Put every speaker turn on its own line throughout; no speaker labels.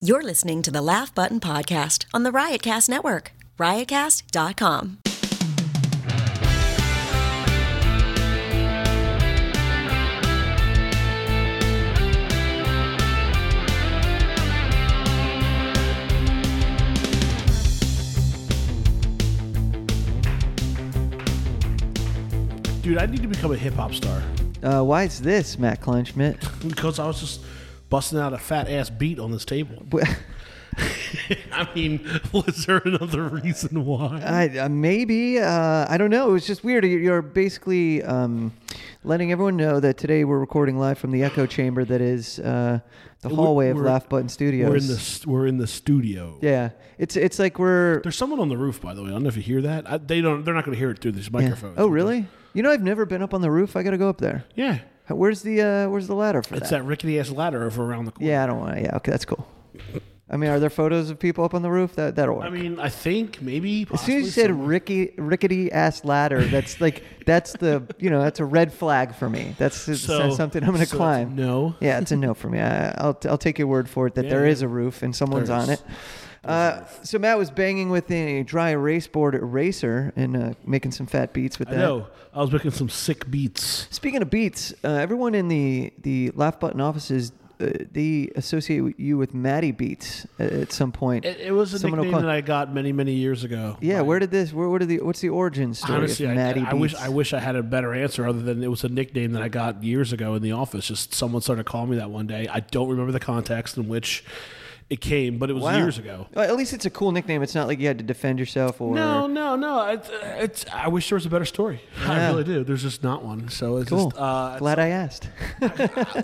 You're listening to the Laugh Button Podcast on the Riotcast Network, riotcast.com.
Dude, I need to become a hip hop star
Uh, why is this, Matt Kleinschmidt?
because I was just busting out a fat ass beat on this table.
Wh-
I mean, was there another reason why?
I, uh, maybe uh, I don't know. It was just weird. You- You're basically um, letting everyone know that today we're recording live from the echo chamber that is uh, the
We're-
hallway of
we're-
Laugh Button Studios.
We're in the we're in the studio.
yeah, it's it's like we're
There's someone on the roof, by the way. I don't know if you hear that. I, they don't. They're not going to hear it through these
yeah.
microphones.
Oh, really? You know, I've never been up on the roof. I got to go up there.
Yeah.
How- Where's the uh, Where's the ladder for
It's
that?
that rickety ass ladder over around the corner.
Yeah, I don't want to. Yeah, okay, that's cool. I mean, are there photos of people up on the roof? That that'll work.
I mean, I think maybe.
As soon as you said ricky, rickety ass ladder, that's like that's the you know that's a red flag for me. That's, that's something I'm going to
so
climb.
it's No.
Yeah, it's a no for me. I, I'll I'll take your word for it that there
Yeah.
is a roof and someone's
There
on
is.
it. Uh, so Matt was banging with a dry erase board eraser and uh, making some fat beats with
I
that.
know. I was making some sick beats.
Speaking of beats, uh, everyone in the the Laugh Button offices. Uh, they associate you with Maddie Beats at, at some point.
It, it was a
Someone will
nickname
call-
that I got many, many years ago.
Yeah,
Like,
where did this? Where, where did the? What's the origin story
Honestly,
of
I,
Maddie
I wish
Beats?
I wish I had a better answer other than it was a nickname that I got years ago in the office. Just someone started calling me that one day. I don't remember the context in which it came, but it was
Wow.
years ago.
Well, at least it's a cool nickname. It's not like you had to defend yourself or.
No, no, no. It's, it's, I wish there was a better story. I
Yeah.
really do. There's just not one. So it's
Cool.
just uh,
Glad I asked.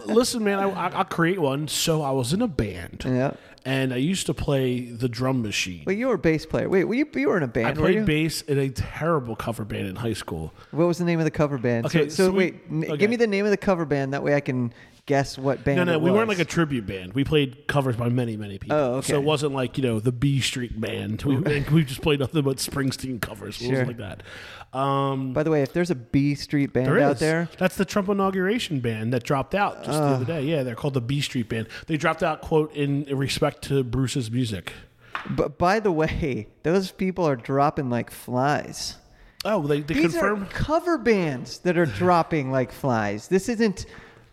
listen, man. I, I, I'll create one. So I was in a band,
yeah.
and I used to play the drum machine.
But you were a bass player. Wait, were you, you were in a band,
I
were you?
played bass in a terrible cover band in high school.
what was the name of the cover band? So-
Okay,
so,
so we-
wait, n-
okay.
give me the name of the cover band. That way I can guess what band
No, no,
it
we weren't
was.
like a tribute band. We played covers by many, many people.
Oh, okay.
So it wasn't like you know the B Street Band. We, we just played nothing but Springsteen covers. It
Sure.
wasn't like that. Um,
By the way, if there's a B Street band
there
out
is.
there,
That's the Trump inauguration band that dropped out just the other day. Yeah, they're called the B Street Band. They dropped out quote in respect to Bruce's music.
but by the way, those people are dropping like flies.
Oh, they, they
These
confirm.
are cover bands that are dropping like flies. This isn't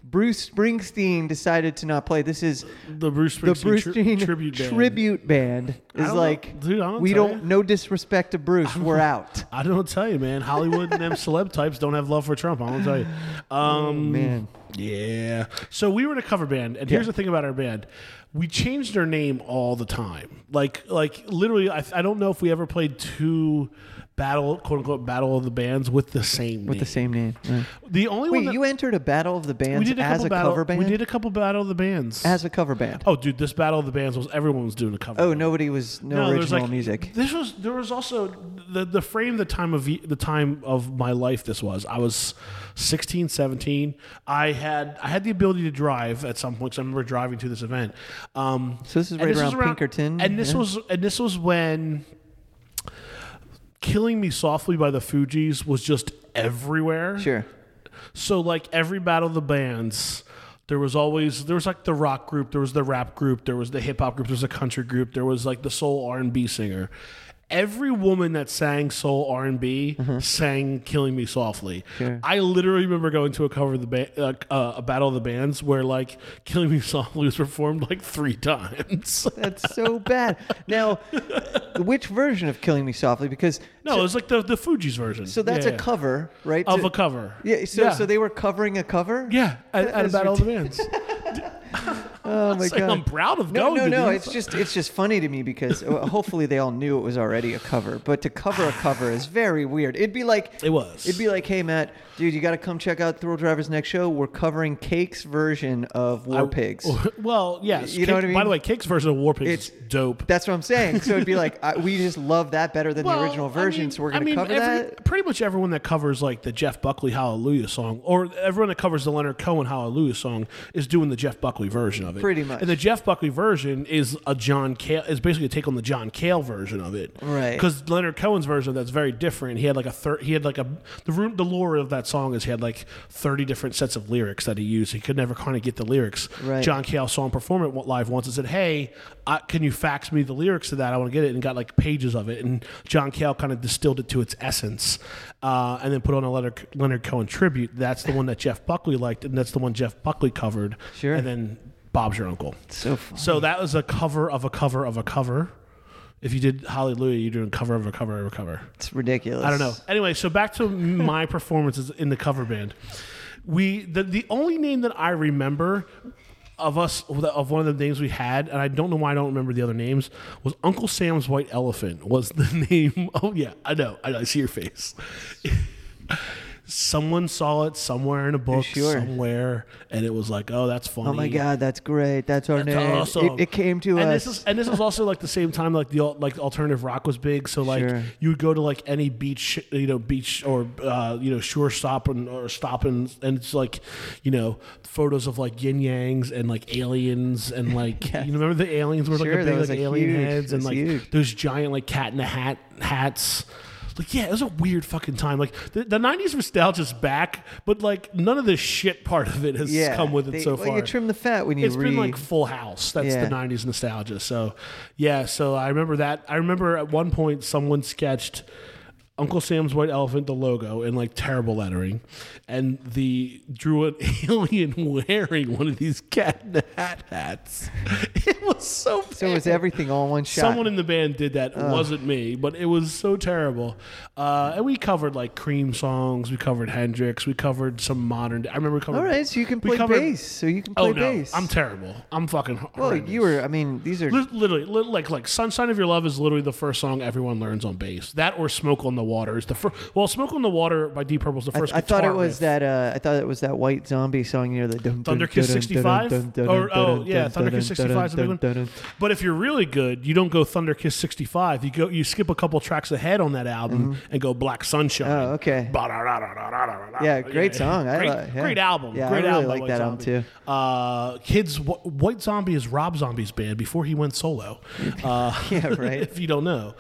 Bruce Springsteen decided to not play. This is
The Bruce
the
Springsteen,
Bruce
tri-
Springsteen
tribute band.
tribute band
don't
is
know-
like
dude, I don't
we
tell
don't
ya.
no disrespect to Bruce. We're out.
I don't know what to tell you, man. Hollywood and them celeb types don't have love for Trump. I don't tell you. Um,
Oh, Man,
Yeah. So we were in a cover band, and here's
Yeah.
the thing about our band: we changed our name all the time. Like, like literally, I, I don't know if we ever played two battle, quote unquote, battle of the bands with the same
with the same name. Right.
The only one
Wait,
that
you entered a battle of the
we
bands
did a
as
couple
a
battle,
cover band.
We did a couple battle of the bands.
as a cover band.
oh, dude, this battle of the bands was everyone was doing a cover.
Oh,
band.
nobody was no,
there's
original
like-
music.
This was there was also the the frame the time of ye- the time of my life this was. I was 16, 17. I had I had the ability to drive at some point. 'cause I remember driving to this event. Um,
So this is
and
right
was
around Pinkerton,
And this
yeah?
was and this was when Killing Me Softly by the Fugees was just everywhere.
Sure.
So like every battle of the bands, there was always there was like the rock group, there was the rap group, there was the hip hop group, there was a country group, there was like the soul R and B singer. Every woman that sang soul R and B
Mm-hmm.
sang "Killing Me Softly."
Sure.
I literally remember going to a cover of the ba- uh, uh, a battle of the bands where like "Killing Me Softly" was performed like three times.
That's so bad. Now, which version of "Killing Me Softly"? Because
no, it was like the the Fugees version.
so that's
Yeah.
a cover, right?
of
To-
a cover.
Yeah. So so they were covering a cover.
yeah at,
That
at a
is
battle of the bands.
Oh my
It's like,
god.
I'm proud of
No,
going
no,
to
no.
these.
It's just it's just funny to me because uh, hopefully they all knew it was already a cover, but to cover a cover is very weird. It'd be like
It was.
It'd be like, hey Matt, dude, you got to come check out Thrill Driver's next show. We're covering Cake's version of War Pigs.
Oh. Well, yes.
You know
Cake-
what I
By
mean?
the way, Cake's version of War Pigs
It's-
is dope.
That's what I'm saying. So it'd be like I, we just love that better than
Well,
the original
I
version,
mean-
so we're
I
gonna
mean,
cover
every-
that.
Pretty much everyone that covers like the Jeff Buckley Hallelujah song, or everyone that covers the Leonard Cohen Hallelujah song, is doing the Jeff Buckley version of of it.
Pretty much.
And the Jeff Buckley version is a John Cale is basically a take on the John Cale version of it.
Right.
Because Leonard Cohen's version of that's very different. He had like a third. He had like a the room. The lore of that song is he had like thirty different sets of lyrics that he used. He could never kind of get the lyrics.
Right.
John Cale saw him perform it live once and said, "Hey, I, can you fax me the lyrics to that? I want to get it." And got like pages of it. And John Cale kind of distilled it to its essence, uh, and then put on a Leonard, Leonard Cohen tribute. That's the one that Jeff Buckley liked, and that's the one Jeff Buckley covered.
Sure.
And then Bob's Your Uncle.
So fun.
So that was a cover of a cover of a cover. If you did Hallelujah, you're doing cover of a cover of a cover.
It's ridiculous.
I don't know. Anyway, so back to my performances in the cover band. We the the only name that I remember of us of one of the names we had, and I don't know why I don't remember the other names, was Uncle Sam's White Elephant was the name. Oh yeah, I know. I, know, I see your face. Someone saw it somewhere in a book,
Sure.
somewhere, and it was like, "Oh, that's funny."
Oh my god, that's great. That's our
That's
name. It-
awesome.
It, came to
and
us.
This is, and this is also like the same time like the al- like alternative rock was big. So like
Sure.
you would go to like any beach, you know, beach or uh, you know shore stop and or stop and and it's like you know photos of like yin yangs and like aliens and like you remember the aliens were
Sure,
like
that
the big
was,
like
like,
alien
huge.
heads and
That's
like
huge.
those giant like cat in the hat hats. Like yeah, it was a weird fucking time. Like the, the '90s nostalgia's back, but like none of the shit part of it has
yeah.
come with it
They-
so
well,
far.
You trim the fat when you
It's
read.
been like Full House. That's
Yeah.
the '90s nostalgia. So, yeah. So I remember that. I remember at one point someone sketched Uncle Sam's White Elephant, the logo, in like terrible lettering, and the drew an alien wearing one of these cat in the hat hats. It was so. Bad.
so it was everything all in one shot.
Someone in the band did that. It wasn't me, but it was so terrible. Uh, and we covered like Cream songs. We covered Hendrix. We covered some modern. I remember covering.
all right, so you can
we
play
covered-
bass. So you can play
Oh no,
bass.
I'm terrible. I'm fucking. Hor-
Well, you were. I mean, these are.
Lit- literally li- like like sunshine of your love is literally the first song everyone learns on bass that or smoke on the water is the first well smoke on the water by deep purple is the
I,
first
I thought
guitar
it was
riff.
that. Uh, I thought it was that white zombie song. You know, the dun- dun-
thunder kiss
dun- dun-
65
dun- dun-
or
dun-
oh
dun-
yeah
dun-
thunder kiss
dun- dun-
65 is a big
dun- dun-
one
dun.
but if you're really good you don't go thunder kiss 65 you go you skip a couple tracks ahead on that album and go black sunshine
Mm-hmm. Oh, okay.
Ba-da-da-da-da-da-da-da.
Yeah, great song. I
great,
like- yeah.
great album
Yeah, I
great
really
album by
like
White
that album,
Zombie.
too.
uh kids Wh- white zombie is rob zombie's band before he went solo uh
Yeah, right.
if you don't know.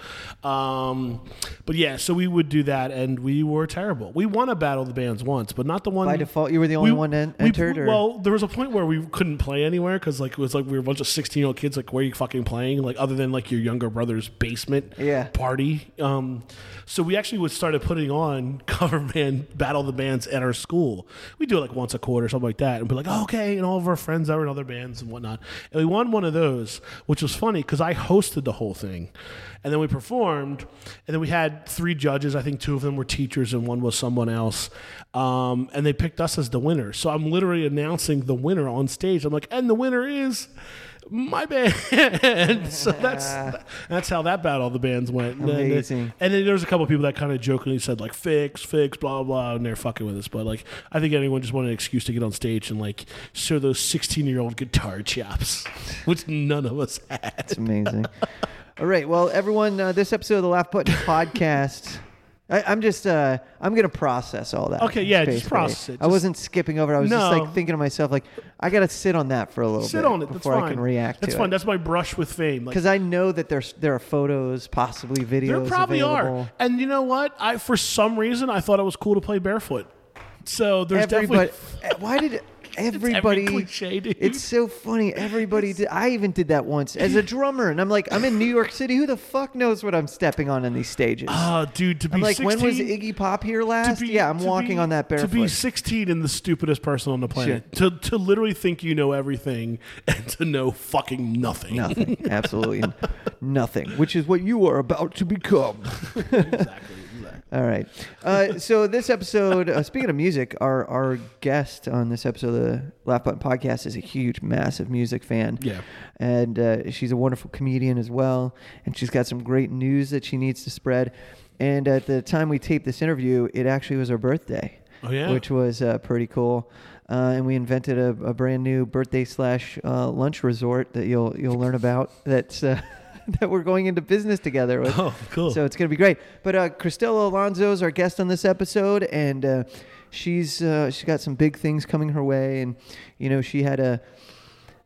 Um, but yeah, so we would do that, and we were terrible. We won a battle of the bands once, but not the one
By default, you were the only
we-
one en-
we-
entered, or-
Well, there was a point where we couldn't play anywhere because like it was like we were a bunch of sixteen year old kids. Like, where are you fucking playing? Like, other than like your younger brother's basement
Yeah.
party. Um, so we actually would started putting on cover band battle of the bands at our school. We do it like once a quarter, something like that, and be like, oh, okay, and all of our friends that were in other bands and whatnot. And we won one of those, which was funny because I hosted the whole thing, and then we performed, and then we had three judges. I think two of them were teachers and one was someone else, um, and they picked us as the winner. So I'm literally announcing the winner on stage. I'm like, and the winner is my band. so that's that's how that battle of the bands went. And then-
Amazing.
And then there was a couple of people that kind of jokingly said like fix, fix, blah blah, and they're fucking with us. But like, I think anyone just wanted an excuse to get on stage and like show those sixteen-year-old guitar chops, which none of us had.
It's amazing. All right. Well, everyone, uh, this episode of the Laugh Button Podcast. I, I'm just, uh, I'm gonna process all that.
Okay, yeah, just
basically.
process it.
I wasn't skipping over. it. I was just
No.
like thinking to myself, like, I gotta sit on that for a little
Sit
bit
on it. That's
before
fine.
I can react
That's
to
fine.
it.
That's my brush with fame. Like,
Because I know that there's there are photos, possibly videos.
there probably
available.
are. And you know what? I for some reason I thought it was cool to play barefoot. So there's
Everybody, eh,
definitely
why did
every
everybody?
cliche, dude.
It's so funny. Everybody did. I even did that once as a drummer, and I'm like, I'm in New York City. Who the fuck knows what I'm stepping on in these stages?
Ah, dude, to be
I'm like,
16,
when was Iggy Pop here last?
to be-
yeah, I'm
to
walking
be-
on that
To be
barefoot.
16 and the stupidest person on the planet. To, to literally think you know everything and to know fucking nothing.
nothing, absolutely nothing, which is what you are about to become.
exactly. exactly.
All right. Uh, so this episode, uh, speaking of music, our our guest on this episode of the Laugh Button Podcast is a huge, massive music fan.
Yeah.
and uh, she's a wonderful comedian as well, and she's got some great news that she needs to spread. And at the time we taped this interview, it actually was her birthday.
Oh, yeah.
which was uh, pretty cool. Uh, and we invented a, a brand new birthday slash uh, lunch resort that you'll you'll learn about. That's uh, that we're going into business together with.
Oh, cool.
So it's going to be great. But uh, Cristela Alonso is our guest on this episode, and uh, she's uh, she's got some big things coming her way, and you know she had a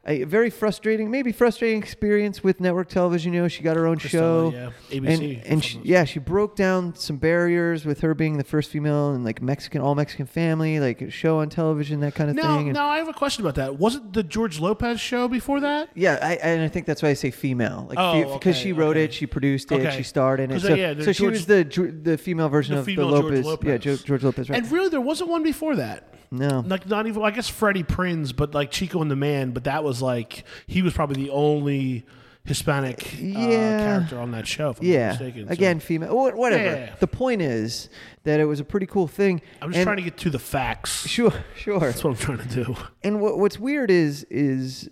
a very frustrating, maybe frustrating experience with network television. You know, she got her own show.
Cristela, yeah. ABC,
And, and she,
from-
yeah, she broke down some barriers with her being the first female and like Mexican, all Mexican family, like a show on television, that kind of
Now,
thing. And-
now I have a question about that. Was it the George Lopez show before that?
Yeah, I, and I think that's why I say female, like
Oh,
because
okay,
she wrote
okay.
it, she produced it,
Okay.
she starred in it.
'Cause, uh,
So,
yeah, the
so she
George-
was the Ge- the female version
The
of
female
the
George
Lopez, yeah,
Lopez.
Jo- George Lopez, right?
And really, there wasn't one before that.
no,
Like not even I guess Freddie Prinz, but like Chico and the Man. But that was like he was probably the only Hispanic uh,
Yeah.
character on that show. If I'm not
yeah,
mistaken. So
again, female, wha- whatever.
Yeah, yeah, yeah.
The point is that it was a pretty cool thing.
I'm just
and-
trying to get to the facts.
Sure, sure.
That's what I'm trying to do.
And what, what's weird is is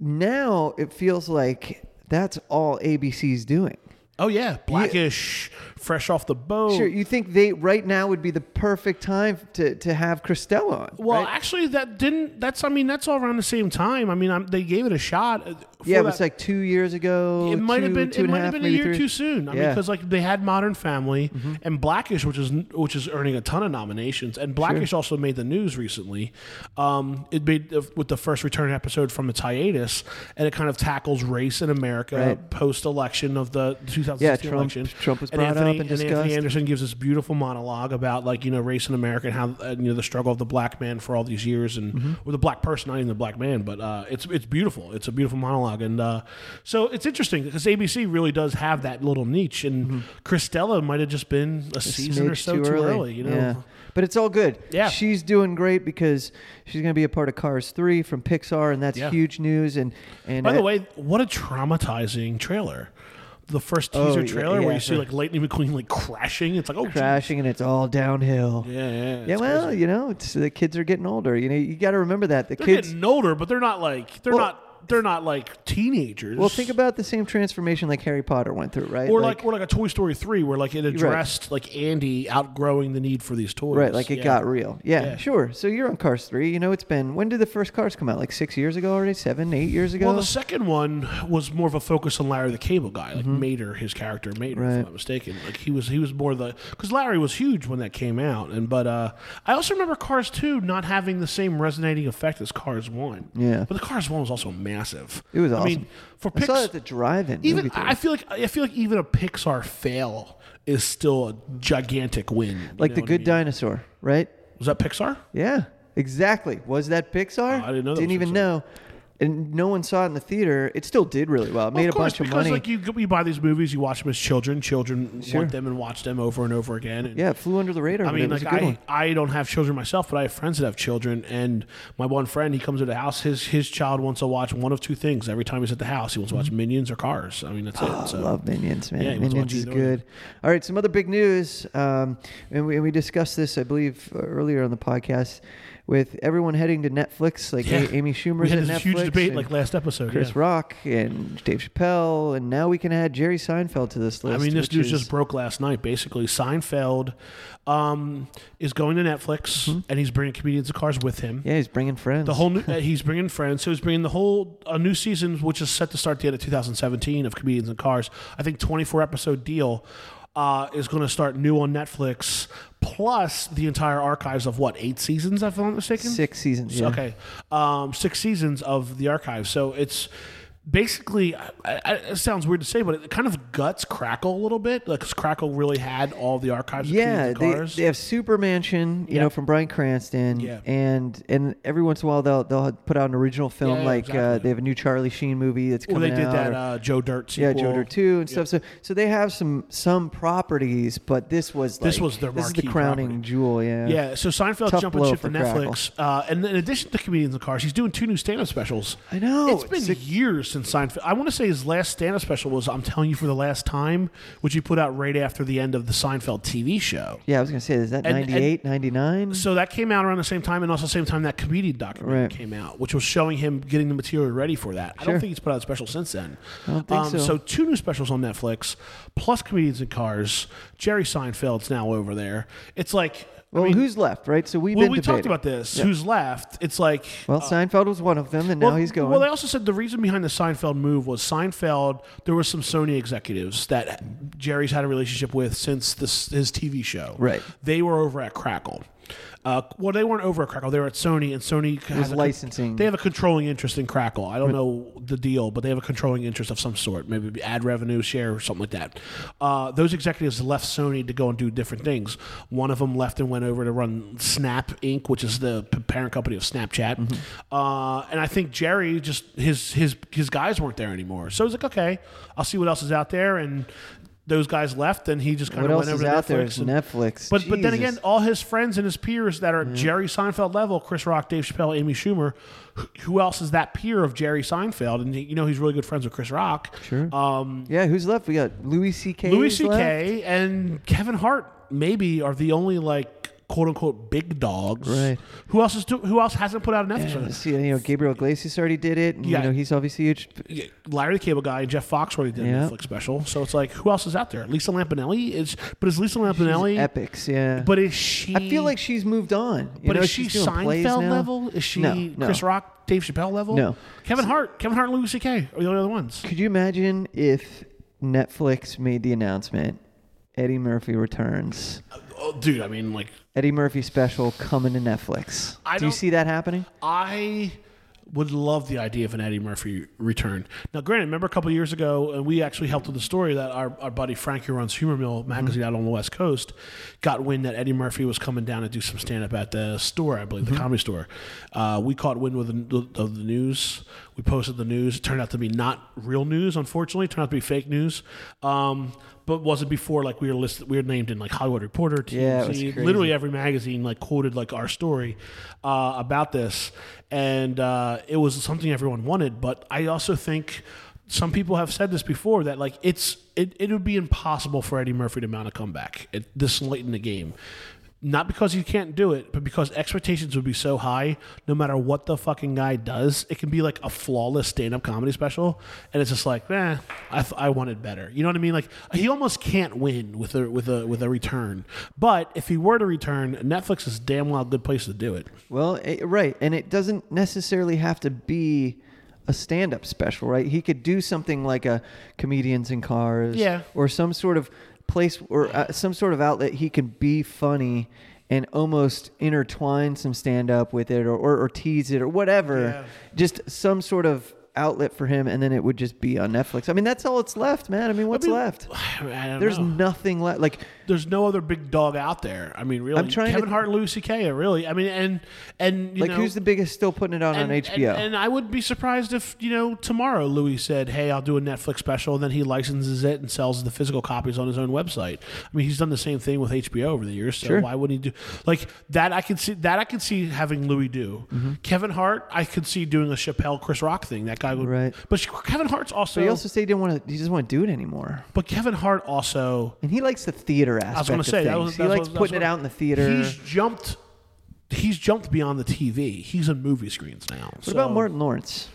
now it feels like that's all ABC's doing.
Oh yeah, Blackish, fresh off the boat.
Sure, you think they right now would be the perfect time to, to have Cristela on?
Well,
right?
actually, that didn't. That's I mean, that's all around the same time. I mean, I'm, they gave it a shot. uh, for
yeah, it was
that-
like two years ago.
it might have
two-
been
two
it
and
might
half,
have been a
maybe
year
three.
too soon. I mean,
Yeah. Mm-hmm.
because like they had Modern Family and Blackish, which is which is earning a ton of nominations, and Blackish also made the news recently. Um, it made with the first return episode from its hiatus, and it kind of tackles race in America
Right.
post election of the 2016
Yeah, Trump-
election.
Trump was brought up
Anthony,
and
Anthony
discussed.
Anderson gives this beautiful monologue about like you know race in America and how uh, you know the struggle of the black man for all these years and
Mm-hmm.
or the black person, not even the black man, but uh, it's it's beautiful. It's a beautiful monologue, and uh, so it's interesting because ABC really does have that little niche, and
Mm-hmm.
Christella might have just been a, season or
smidge
so too, early. you know.
Yeah. But it's all good.
Yeah.
She's doing great because she's going to be a part of Cars 3 from Pixar, and that's
Yeah.
huge news. And, and
By the
uh,
way, what a traumatizing trailer. The first
Oh,
teaser
yeah,
trailer where
yeah.
you see like Lightning McQueen like crashing. It's like oh geez.
crashing and it's all downhill.
Yeah, yeah. yeah.
Yeah,
It's
well,
crazy.
you know, it's the kids are getting older. You know, you got to remember that. The
they're
kids.
getting older, but they're not like they're
Well-
not they're not like teenagers.
Well, think about the same transformation like Harry Potter went through, right?
or like, or like a Toy Story three, where like it addressed like Andy outgrowing the need for these toys.
Right, like it
Yeah.
got real. Yeah,
Yeah.
sure. So you're on Cars 3. You know, it's been. When did the first Cars come out? Like six years ago already? Seven, eight years ago?
Well, the second one was more of a focus on Larry the Cable Guy, like Mater, his character Mater, if
Mm-hmm. Right.
I'm not mistaken. Like he was he was more the because Larry was huge when that came out, and but uh, I also remember Cars two not having the same resonating effect as Cars one.
Yeah.
but the Cars one was also massive.
It was
I mean,
awesome.
for
I saw it
Pixar,
at the drive-in. movie
even
theater.
I feel like I feel like even a Pixar fail is still a gigantic win. you
like
know
the
what I
good
mean?
dinosaur right
was that Pixar?
yeah exactly was that pixar
Oh, I didn't know that
didn't
was
even
Pixar.
know and no one saw it in the theater it still did really well it made
of
a
course,
bunch of
because
money
like you, you buy these movies, you watch them as children. Children
Sure.
want them and watch them over and over again. And
yeah it flew under the radar
I
but it
mean,
was
like
a good
I,
one.
I don't have children myself, but I have friends that have children, and my one friend, he comes to the house. His his child wants to watch one of two things every time he's at the house. He wants to watch Minions or Cars. I mean, that's it. So.
Mm-hmm. love Minions, man.
Yeah, you must
Minions
watch
is
either one.
good. All right, some other big news, um, and, we, and we discussed this, I believe, uh, earlier on the podcast, with everyone heading to Netflix. Like
Yeah.
A- Amy Schumer's
we had
at
this
Netflix.
huge debate
and
like last episode.
Chris
yeah.
Rock and Dave Chappelle, and now we can add Jerry Seinfeld to this
I
list.
mean, this
which
news
is-
just broke last night. Basically, Seinfeld um, is going to Netflix,
Mm-hmm.
and he's bringing comedians of Cars with him.
Yeah, he's bringing friends.
The whole new, uh, he's bringing friends, so he's bringing the whole a new season, which is set to start the end of 2017 of Comedians in Cars. I think 24 episode deal uh, is going to start new on Netflix, plus the entire archives of what eight seasons, if I'm not mistaken.
six seasons.
So-
yeah.
Okay, um, six seasons of the archive. So it's basically I, I, it sounds weird to say, but it kind of guts Crackle a little bit, because Crackle really had all the archives. Of
Yeah,
yeah,
they,
Cars.
they have Super Mansion, you
Yeah.
know, from Brian Cranston,
Yeah.
and and every once in a while they'll they'll put out an original film.
Yeah, yeah,
like uh,
exactly.
they have a new Charlie Sheen movie that's
Well,
coming
they did
out.
that
or-
uh, Joe Dirt
yeah,
sequel.
Joker two and stuff. So so they have some some properties, but this was
This
like-
was their
this is the
marquee
crowning
property.
jewel. Yeah,
Yeah, so Seinfeld's
Tough
jumping
blow
ship
for
to Netflix. Uh, and in addition to Comedians in Cars, he's doing two new stand up specials.
I know,
It's been
it's
years since Seinfeld. I want to say his last stand up special was I'm Telling You for the Last Time, which he put out right after the end of the Seinfeld TV show.
yeah. I was gonna say, is that
And- and-
98, 99?
So that came out around the same time, and also same time that comedian documentary
Right.
came out, which was showing him getting the material ready for that. I
Sure.
don't think he's put out a special since then. Um,
don't think so.
two new specials on Netflix, plus comedians in cars. Jerry Seinfeld's now over there. It's like
Well,
I mean,
who's left, right? So we've
well,
been
we talked
debating.
about this. Who's left? It's like
Well, Seinfeld was one of them, and now
well,
he's going.
Well, they also said the reason behind the Seinfeld move was Seinfeld. There were some Sony executives that Jerry's had a relationship with since this, his TV show.
Right.
They were over at Crackle. Uh, well, they weren't over at Crackle; they were at Sony, and Sony has a-
licensing.
They have a controlling interest in Crackle. I don't know the deal, but they have a controlling interest of some sort, maybe it'd be ad revenue share or something like that. Uh, those executives left Sony to go and do different things. One of them left and went over to run Snap Inc., which is the p- parent company of Snapchat.
Mm-hmm.
Uh, and I think Jerry just his his his guys weren't there anymore, so he's like, okay, I'll see what else is out there and. Those guys left, and he just kind
What
of
else
went over
is
to
out
Netflix
there is
and-
Netflix.
but but then
Jesus.
again, all his friends and his peers that are
Mm-hmm.
Jerry Seinfeld level, Chris Rock, Dave Chappelle, Amy Schumer, wh- who else is that peer of Jerry Seinfeld? And you know he's really good friends with Chris Rock.
Sure.
Um,
yeah, who's left? We got Louis C.K.
Louis
is left?
C.K. and Kevin Hart maybe are the only like quote unquote big dogs.
Right.
Who else is do- who else hasn't put out an episode?
Let's See, you know, Gabriel Iglesias already did it. And,
Yeah.
You know, he's obviously huge.
Yeah, Larry the Cable Guy and Jeff Foxworthy did
Yeah.
a Netflix special, so it's like who else is out there? Lisa Lampanelli is, but is Lisa Lampanelli?
Epics, yeah.
But is she?
I feel like she's moved on. You
But
know,
is she
she's doing plays
Seinfeld
now.
level? Is she
No, no.
Chris Rock, Dave Chappelle level?
No.
Kevin Hart, Kevin Hart, and Louis C.K. are the only other ones.
Could you imagine if Netflix made the announcement Eddie Murphy returns?
Oh, dude, I mean, like,
Eddie Murphy special coming to Netflix.
I
Do you
don't-
see that happening?
I would love the idea of an Eddie Murphy return. Now, granted, remember a couple of years ago, and we actually helped with the story that our, our buddy Frank, who runs Humor Mill magazine out on the West Coast, got wind that Eddie Murphy was coming down to do some stand up at the store, I believe, the
Mm-hmm.
comedy store. Uh, we caught wind with the, of the news. We posted the news. It turned out to be not real news, unfortunately. It turned out to be fake news. Um, but was it before like we were listed? We were named in like Hollywood Reporter, TMZ,
Yeah, it was crazy.
literally every magazine like quoted like our story uh, about this, and uh, it was something everyone wanted. But I also think some people have said this before that like it's it, it would be impossible for Eddie Murphy to mount a comeback at this late in the game. Not because you can't do it, but because expectations would be so high, no matter what the fucking guy does, it can be like a flawless stand up comedy special. And it's just like, eh, I, th- I wanted better. You know what I mean? Like, he almost can't win with a, with, a, with a return. But if he were to return, Netflix is damn well a good place to do it.
Well, it, right, and it doesn't necessarily have to be a stand-up special, right? He could do something like a comedians in cars,
Yeah.
or some sort of place or uh, some sort of outlet he can be funny and almost intertwine some stand-up with it, or or, or tease it, or whatever.
Yeah.
Just some sort of outlet for him, and then it would just be on Netflix. I mean, that's all it's left, man. I mean, what's
mean,
left?
I don't
There's
know.
nothing left. Like
There's no other big dog out there. I mean, really.
I'm trying to-
Kevin Hart and Louis C.K. are really. I mean, and, and you
like
know,
who's the biggest still putting it out on
and,
HBO?
And, and I would be surprised if, you know, tomorrow Louis said, hey, I'll do a Netflix special, and then he licenses it and sells the physical copies on his own website. I mean, he's done the same thing with HBO over the years, so
Sure.
why wouldn't he do like that I could see that I could see having Louis do.
Mm-hmm.
Kevin Hart, I could see doing a Chappelle Chris Rock thing. That guy would
Right.
but Kevin Hart's also,
But he also said he didn't want to. He doesn't want to do it anymore.
but Kevin Hart also
And he likes the theater aspect.
I was going
of
to say
things.
that was,
he
that's
likes
what- that's
putting
what-
it out in the theater.
He's jumped he's jumped beyond the TV. He's on movie screens now.
what about Martin Lawrence?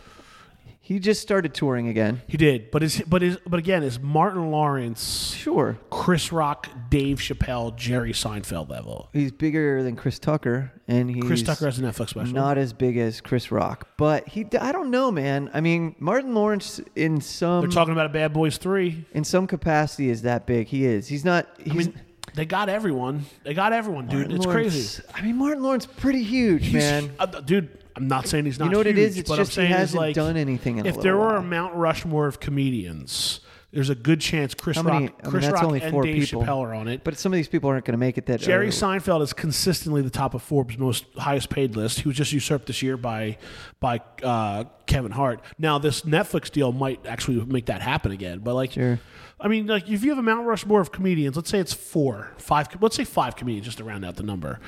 He just started touring again.
He did, but is but is but again is Martin Lawrence,
Sure,
Chris Rock, Dave Chappelle, Jerry Seinfeld level.
he's bigger than Chris Tucker, and he's
Chris Tucker has a Netflix special.
not as big as Chris Rock. But he, I don't know, man. I mean, Martin Lawrence in
They're
some
talking about a Bad Boys Three.
in some capacity is that big. He is. He's not. He's,
I mean, they got everyone. They got everyone, dude.
Martin
it's
Lawrence-
crazy,
I mean, Martin Lawrence pretty huge,
He's-
man.
uh, dude. I'm not saying he's not.
You know what it
huge,
is? It's
but
just
I'm saying
he
is,
hasn't
like,
done anything in a
If there
little
were a
while.
Mount Rushmore of comedians, there's a good chance Chris
How many-
Rock,
I mean,
Chris
that's
Rock,
only
and
four
Dave
people.
Chappelle are on it.
But some of these people aren't going to make it. That
Jerry
early.
Seinfeld is consistently the top of Forbes' most highest paid list. He was just usurped this year by by uh, Kevin Hart. Now this Netflix deal might actually make that happen again. But like,
Sure.
I mean, like if you have a Mount Rushmore of comedians, let's say it's four, five. Let's say five comedians just to round out the number.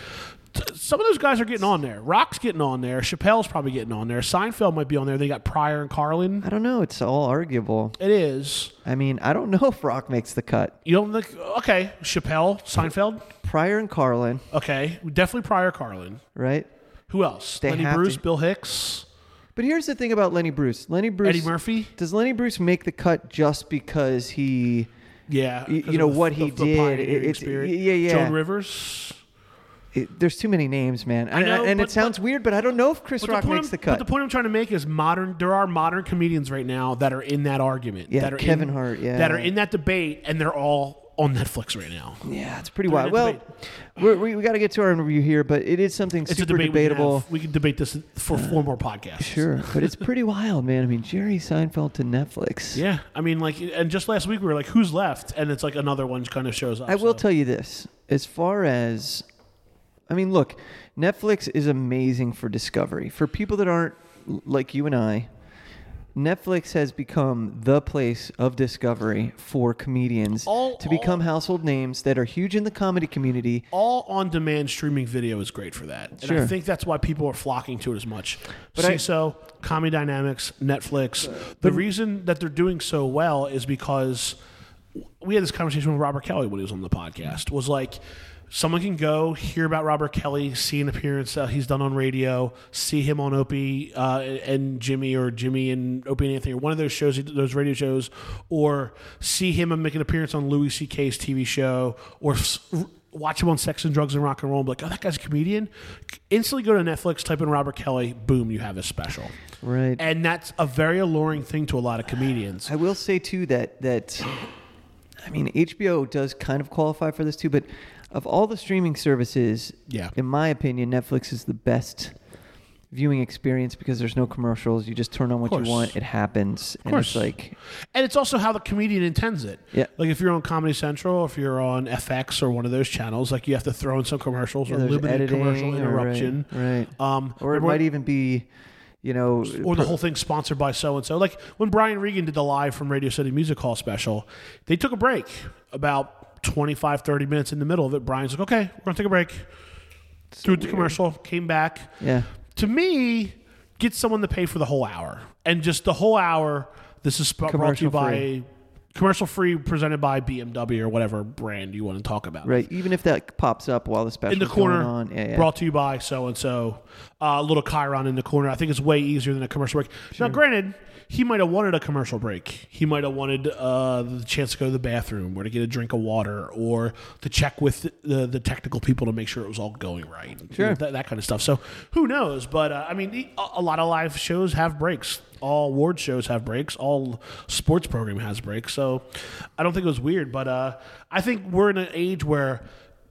T- Some of those guys are getting on there. Rock's getting on there. Chappelle's probably getting on there. Seinfeld might be on there. They got Pryor and Carlin.
I don't know. It's all arguable.
It is.
I mean, I don't know if Rock makes the cut.
You don't think? Okay, Chappelle, Seinfeld.
Pryor and Carlin,
Okay, definitely Pryor, Carlin.
right?
Who else?
They
Lenny
have
Bruce,
to-
Bill Hicks,
But here's the thing about Lenny Bruce. Lenny Bruce.
Eddie Murphy.
Does Lenny Bruce make the cut just because he?
Yeah,
Y- you
'cause of
know
the-
what
the-
he
the
did,
pioneering
it- it's-
spirit.
y- yeah, yeah.
Joan Rivers.
it- there's too many names, man. And,
know,
and
but-
it sounds weird, but I don't know if Chris
But
Rock
the, point
makes
I'm,
the
but
cut.
the point I'm trying to make is modern. There are modern comedians right now that are in that argument.
Yeah,
that are
Kevin
in,
Hart, yeah.
that are in that debate, and they're all on Netflix right now.
Yeah, it's pretty
They're
wild.
gonna
Well, we're, we we got to get to our review here, but it is something
It's
super
a debate
debatable.
We, can have. we can debate this for four more podcasts.
Sure, but it's pretty wild, man. I mean, Jerry Seinfeld to Netflix.
Yeah, I mean, like, and just last week we were like, "Who's left?" And it's like another one kind of shows up.
I will
so.
tell you this: as far as, I mean, look, Netflix is amazing for discovery for people that aren't l- like you and I. Netflix has become the place of discovery for comedians
All-
to become
all-
household names that are huge in the comedy community.
all on-demand streaming video is great for that, and
Sure.
I think that's why people are flocking to it as much.
But I- Uh,
CISO, Comedy Dynamics, Netflix. The reason that they're doing so well is because we had this conversation with Robert Kelly when he was on the podcast. Was like. Someone can go hear about Robert Kelly, see an appearance that he's done on radio, see him on Opie uh, and Jimmy, or Jimmy and Opie and Anthony, or one of those shows, those radio shows, or see him and make an appearance on Louis C.K.'s TV show, or s- watch him on Sex and Drugs and Rock and Roll and be like, oh, that guy's a comedian. Instantly go to Netflix, type in Robert Kelly, boom, you have his special.
Right.
And that's a very alluring thing to a lot of comedians.
I will say too that that I mean HBO does kind of qualify for this too, but of all the streaming services,
Yeah.
in my opinion, Netflix is the best viewing experience because there's no commercials. You just turn on what you
course.
want, it happens. Of
course.
And it's like
And it's also how the comedian intends it.
Yeah.
Like if you're on Comedy Central, if you're on FX or one of those channels, like you have to throw in some commercials
yeah,
or
there's
limited
editing
commercial
or right,
interruption.
Right.
Um,
or it
remember-
might even be, you know,
or the whole thing sponsored by so and so. Like when Brian Regan did the live from Radio City Music Hall special, they took a break about 25, 30 minutes in the middle of it. Brian's like, okay, we're going to take a break. Threw the commercial, came back.
yeah.
To me, get someone to pay for the whole hour. And just the whole hour, this is sp- brought to you
Commercial-free.
by commercial free, presented by BMW or whatever brand you want to talk about
Right. Even if that pops up while the special
in the corner,
on. Yeah, yeah.
brought to you by so and so. A little Chiron in the corner. I think it's way easier than a commercial break. Now, granted, he might have wanted a commercial break. He might have wanted uh, the chance to go to the bathroom or to get a drink of water or to check with the, the technical people to make sure it was all going right. Sure. that, that kind of stuff. So who knows? But uh, I mean, the- a, a lot of live shows have breaks. All award shows have breaks. All sports program has breaks. So I don't think it was weird. But uh, I think we're in an age where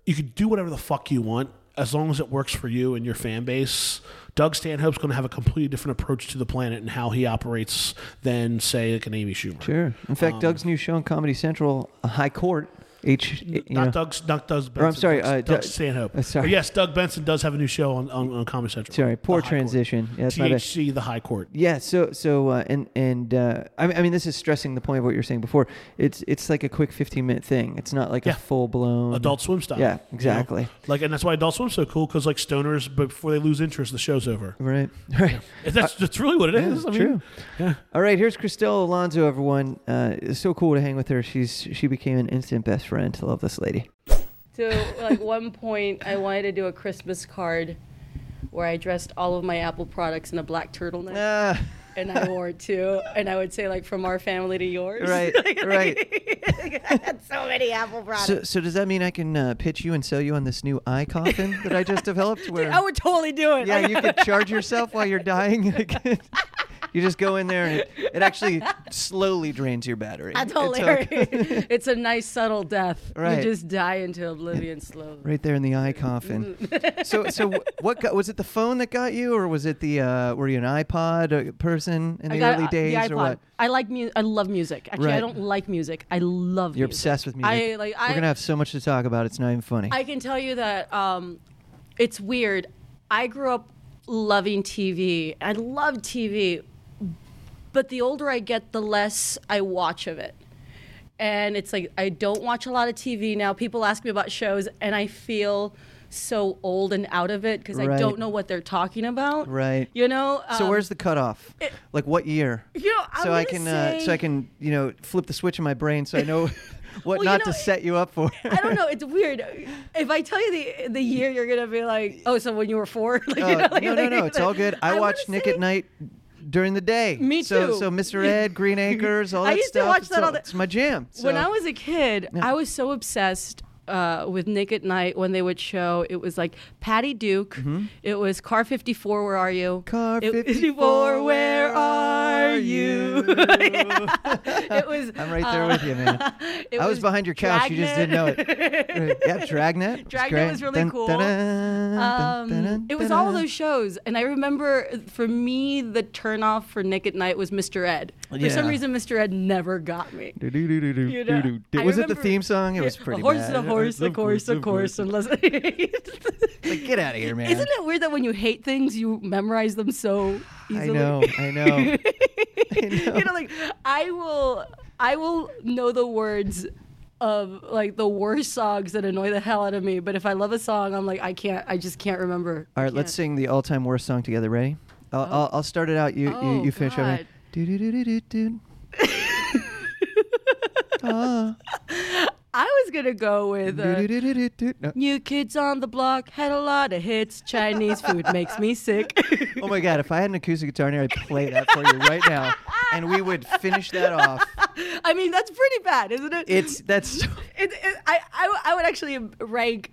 you could do whatever the fuck you want as long as it works for you and your fan base. Doug Stanhope's going to have a completely different approach to the planet and how he operates than, say, like an Amy Schumer.
Sure. In fact,
Um,
Doug's new show on Comedy Central, uh, High Court, H. you
Not
know,
Doug's, not Doug Benson.
I'm sorry,
Doug,
uh,
Doug
Doug-
Stanhope.
uh, sorry.
Or yes, Doug Benson does have a new show on, on, on Comedy Central.
Sorry, poor
The High Court.
transition. Yeah, that's my bad.
THC, the High Court.
Yeah. So so uh, and and uh, I, mean, I mean this is stressing the point of what you were saying before. It's it's like a quick 15 minute thing. It's not like a
Yeah.
full blown
Adult Swim style.
Yeah,
you know?
exactly.
Like, and that's why Adult Swim's so cool because, like, stoners, before they lose interest, the show's over.
Right. Right.
That's that's really what it
Uh, Yeah,
is. I mean,
true.
yeah.
All right. Here's Christelle Alonso. Everyone, uh, it's so cool to hang with her. She's she became an instant best friend. Love this lady.
So, like one point, I wanted to do a Christmas card where I dressed all of my Apple products in a black turtleneck,
Ah,
and I wore two, and I would say like from our family to yours.
right. Right.
so many Apple products.
So, so does that mean I can uh, pitch you and sell you on this new eye coffin that I just developed? Where
I would totally do it.
yeah,
Like,
you could charge yourself while you're dying. you just go in there and it, it actually slowly drains your battery.
that's
It's
hilarious.
okay.
it's a nice subtle death.
Right.
You just die into oblivion slowly.
Right there in the eye coffin. so, so wh- what got, was it? The phone that got you, or was it the uh, were you an iPod uh, person in
I
the
got
early
a-
days,
the iPod.
or what?
I like mu- I love music. Actually,
Right.
I don't like music. I love.
You're
music.
obsessed with music.
I like.
We're
I,
gonna have so much to talk about. It's not even funny.
I can tell you that um, it's weird. I grew up loving TV. I love TV, but the older I get, the less I watch of it. And it's like I don't watch a lot of TV now. People ask me about shows, and I feel so old and out of it because
Right.
I don't know what they're talking about.
Right.
You know.
so
um,
where's the cutoff? like what year?
You know, I'm
so I
gonna
can uh, so
say-
I can you know flip the switch in my brain so I know what
Well, you
not
know,
to set you up for.
I don't know. It's weird. If I tell you the the year, you're gonna be like, "Oh, so when you were four? Like, you
Oh,
know, like-
no, no, no. It's all good. I,
wanna
watch Nick
say-
at Night during the day.
Me
So,
too.
so Mr. Ed, Green Acres, all that
I used to
stuff.
watch
it's
that all the-
It's my jam. So-
When I was a kid, I was so obsessed uh, with Nick at Night when they would show. It was like Patty Duke. It was Car 54. Where are you?
Mm-hmm. Car
It-
54, where are you?
it was. uh,
I'm right there with you, man.
it
I was behind your couch. You just didn't know it. yeah, Dragnet. was
Dragnet
great.
was really cool.
dun, dun,
Um,
dun, dun,
it was
dun,
all
dun.
those shows, and I remember for me the turnoff for Nick at Night was Mr. Ed. For some
Yeah.
reason, Mr. Ed never got me.
Do, do, do, do, do,
You know,
do, do.
I
Was it the
remember-
theme song? It
Yeah,
was pretty
A horse
bad.
is a horse, a course, a course, unless.
Like, get out of here, man.
Isn't it weird that when you hate things, you memorize them so
I
easily?
know, I know.
you know, like I will, I will know the words of like the worst songs that annoy the hell out of me. But if I love a song, I'm like, I can't, I just can't remember.
All right, let's sing the all-time worst song together. Ready? I'll, I'll, I'll start it out. You
Oh,
you, you finish up.
God.
Do do do do do do. Ah,
I was gonna go with.
do,
Uh,
do, do, do, do, do. No.
New kids on the block had a lot of hits. Chinese food makes me sick.
Oh my God! If I had an acoustic guitar in here, I'd play that for you right now, and we would finish that off.
I mean, that's pretty bad, isn't it?
It's that's so-
It, it, I, I, I would actually rank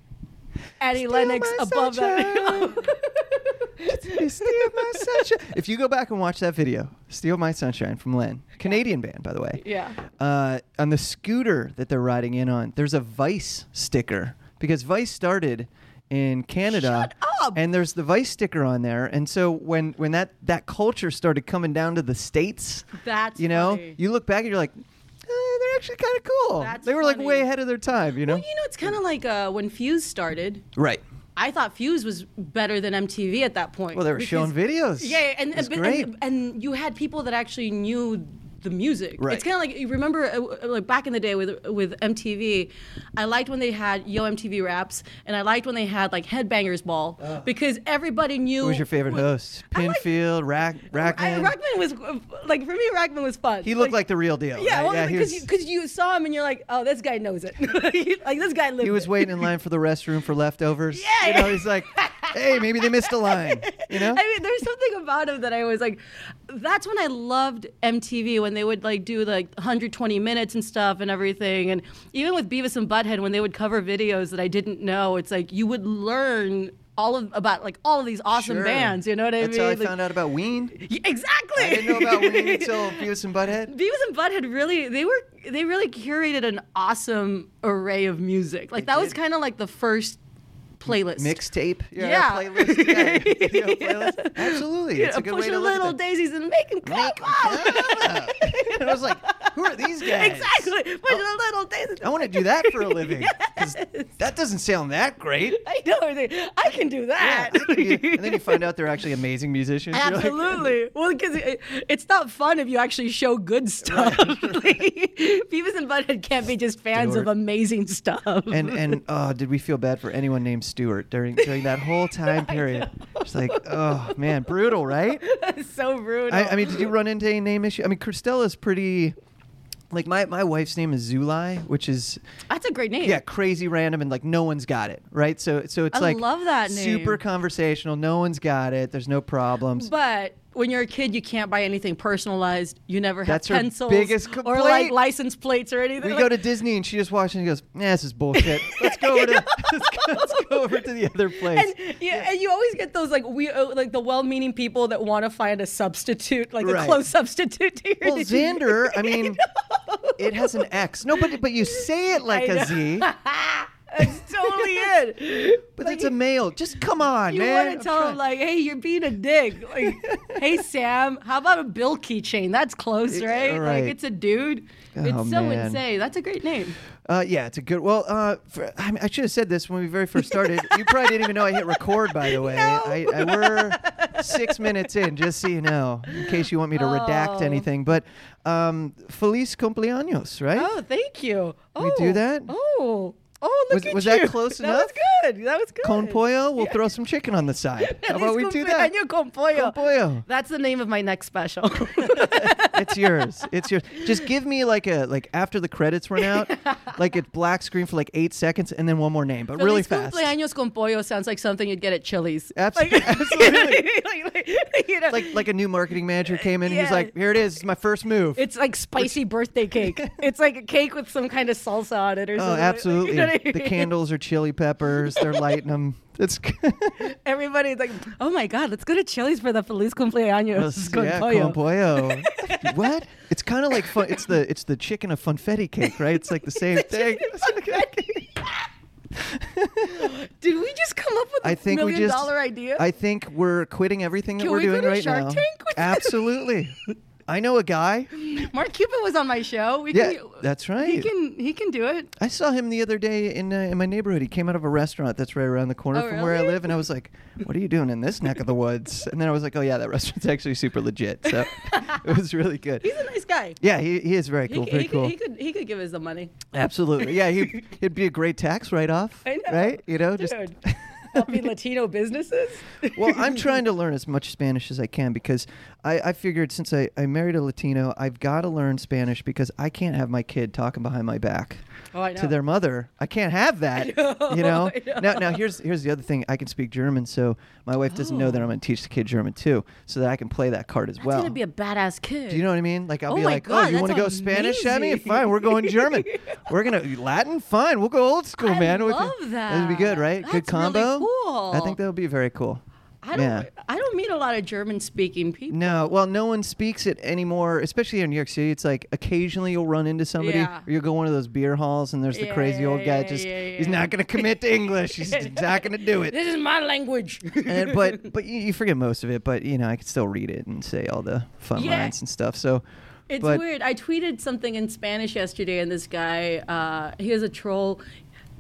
Annie
Steal
Lennox
my
above
sunshine.
that.
steal my sunshine. If you go back and watch that video, "Steal My Sunshine" from Len, Canadian band, by the way.
yeah.
uh, on the scooter that they're riding in on, there's a Vice sticker because Vice started in Canada.
Shut up!
And there's the Vice sticker on there, and so when when that that culture started coming down to the states,
That's
you know,
funny.
you look back and you're like, eh, they're actually kind of cool.
That's
they were like
funny.
way ahead of their time, you know.
Well, you know, it's kind of like uh, when Fuse started.
right.
I thought Fuse was better than MTV at that point.
Well, they were
because-
showing videos.
Yeah, yeah, and,
It was
and,
great.
and and you had people that actually knew the music.
Right.
It's kind of like you remember uh, like back in the day with with MTV. I liked when they had Yo MTV Raps, and I liked when they had like Headbangers Ball because everybody knew.
Ah. Who was your favorite host?
I like-
Pinfield, Rack,
I,
Rackman.
Rackman was uh, like for me. Rackman was fun.
he looked like, the real deal.
yeah,
right?
well,
he
because
was-
you, 'cause you saw him and you're like, oh, this guy knows it. like this guy lived.
He was
it.
waiting in line for the restroom for leftovers.
Yeah,
You know,
yeah.
he's like, hey, maybe they missed a line. You know?
I mean, there's something about him that I was like, that's when I loved MTV when they would like do like 120 minutes and stuff and everything. And even with Beavis and Butthead, when they would cover videos that I didn't know, it's like you would learn all of about like all of these awesome
Sure.
bands. You know what I
That's
mean?
how I
Like-
found out about Ween.
Yeah, Exactly.
I didn't know about Ween until Beavis and Butthead.
Beavis and Butthead really they were they really curated an awesome array of music. Like that was
did.
kind of like the first playlist.
Mixtape. you know,
Yeah.
Playlist. Yeah. You know, playlist. Absolutely.
You
it's
know,
a good
push
way to
your
look
little
at that.
daisies and make 'em come
Make 'em
up.
come up. And I was like, who are these guys?
Exactly. Push your little daisies.
Oh. I want to do that for a living. 'cause That doesn't sound that great.
I know. I think, I can do
Yeah,
that.
I can do- and then you find out they're actually amazing musicians. You're like,
Absolutely. well, because it, it's not fun if you actually show good stuff. Beavis and Butthead can't be just fans of
Stuart.
amazing stuff.
and and oh, did we feel bad for anyone named Stewart during during that whole time period? It's like, oh man, brutal, right?
That's so brutal.
I, I mean, did you run into any name issue? I mean, Christella's pretty. Like my, my wife's name is Zulai, which is
that's a great name.
yeah crazy random and like no one's got it right. So so it's
I
like
love that name.
super conversational. No one's got it. There's no problems.
But when you're a kid, you can't buy anything personalized. You never have
That's her
pencils
biggest
or
complaint.
like license plates or anything.
we
like,
go to Disney and she just watches and goes, nah, this is bullshit. Let's go over to let's go, let's go over to the other place.
and yeah, and you always get those like we uh, like the well-meaning people that want to find a substitute, like
Right.
a close substitute to your.
Well, Xander, I mean, it has an X. No, but but you say it like
I
a Z,
That's totally it.
but it's a male. Just come on,
You
man.
want
I'm
to tell
trying-
him like, "Hey, you're being a dick." Like, "Hey, Sam, how about a Bill keychain? That's close,
It-
right?
all
Like,
right.
it's a dude.
Oh,
it's so
man.
insane. That's a great name.
Uh, yeah, it's a good. Well, uh, for, I, mean, I should have said this when we very first started. you probably didn't even know I hit record. By the way, I, I were six minutes in, just so you know, in case you want me to redact
Oh.
anything. But um, feliz cumpleaños, right?
Oh, thank you. Oh,
We do that?
Oh, oh, look
Was-
at
was
you.
that close
That was
enough?
good. That was good.
Con pollo, we'll throw some chicken on the side. How about we do that?
Cumpleaños con pollo.
Con pollo.
That's the name of my next special.
It's yours. It's yours. Just give me like a like after the credits run out, like a black screen for like eight seconds, and then one more name, but really
Feliz
fast.
Cumpleaños con pollo sounds like something you'd get at Chili's.
Abs-
Like-
absolutely.
like, like, you know,
It's like like a new marketing manager came in and he was
Yeah.
like, "Here it is. It's my first move."
it's like spicy birthday cake. it's like a cake with some kind of salsa on it or
oh,
something.
absolutely.
Like, you know what I
the
mean?
candles are chili peppers. They're lighting them. It's
Everybody's like, oh my God, let's go to Chili's for the Feliz Cumpleaños con
yeah,
pollo.
con pollo. what? It's kind of like fun. It's the it's the chicken of funfetti cake, right? It's like the same thing.
Did we just come up with a
I think we
million
just
dollar idea?
I think we're quitting everything that
Can
we're
we go
doing
to
right
Shark
now.
Tank with this?
Absolutely. I know a guy.
Mark Cuban was on my show. We
Yeah,
can,
that's
He
right.
can he can do it.
I saw him the other day in uh, in my neighborhood. He came out of a restaurant that's right around the corner
Oh,
from where I
really?
live, and I was like, "What are you doing in this neck of the woods?" And then I was like, "Oh yeah, that restaurant's actually super legit." So it was really good.
He's a nice guy.
yeah, he, he is very cool.
he,
very
he,
cool.
could, he could he could give us the money.
Absolutely. Yeah, he, it'd be a great tax write-off.
I know.
Right? You know, just
Dude, helping Latino businesses.
well, I'm trying to learn as much Spanish as I can because I, I figured since I, I married a Latino, I've got to learn Spanish because I can't have my kid talking behind my back
Oh, I know.
to their mother. I can't have that. you know? Now, now here's here's the other thing. I can speak German, so my wife doesn't know that I'm going to teach the kid German too, so that I can play that card as
He's
well.
Oh. gonna be a badass kid.
Do you know what I mean? Like I'll
Oh
be
my
like, "Oh,
God,
you
that's
want to go Spanish at me?
amazing."
Fine, we're going German. we're gonna Latin. Fine, we'll go old school,
I
man. We
love
That'd be good,
that.
right? good
That's really
combo. I
cool.
think that would be very cool.
I don't
yeah.
I don't meet a lot of German speaking people.
No, well, no one speaks it anymore, especially in New York City. It's like occasionally you'll run into somebody,
Yeah.
or you'll go one of those beer halls, and there's the
Yeah,
crazy
yeah,
old guy.
yeah,
just
yeah,
he's
yeah.
not gonna commit to English. He's not gonna do it.
This is my language.
and, but but you, you forget most of it. But you know, I can still read it and say all the fun
Yeah.
lines and stuff. So
It's
but,
weird. I tweeted something in Spanish yesterday, and this guy, uh, he was a troll.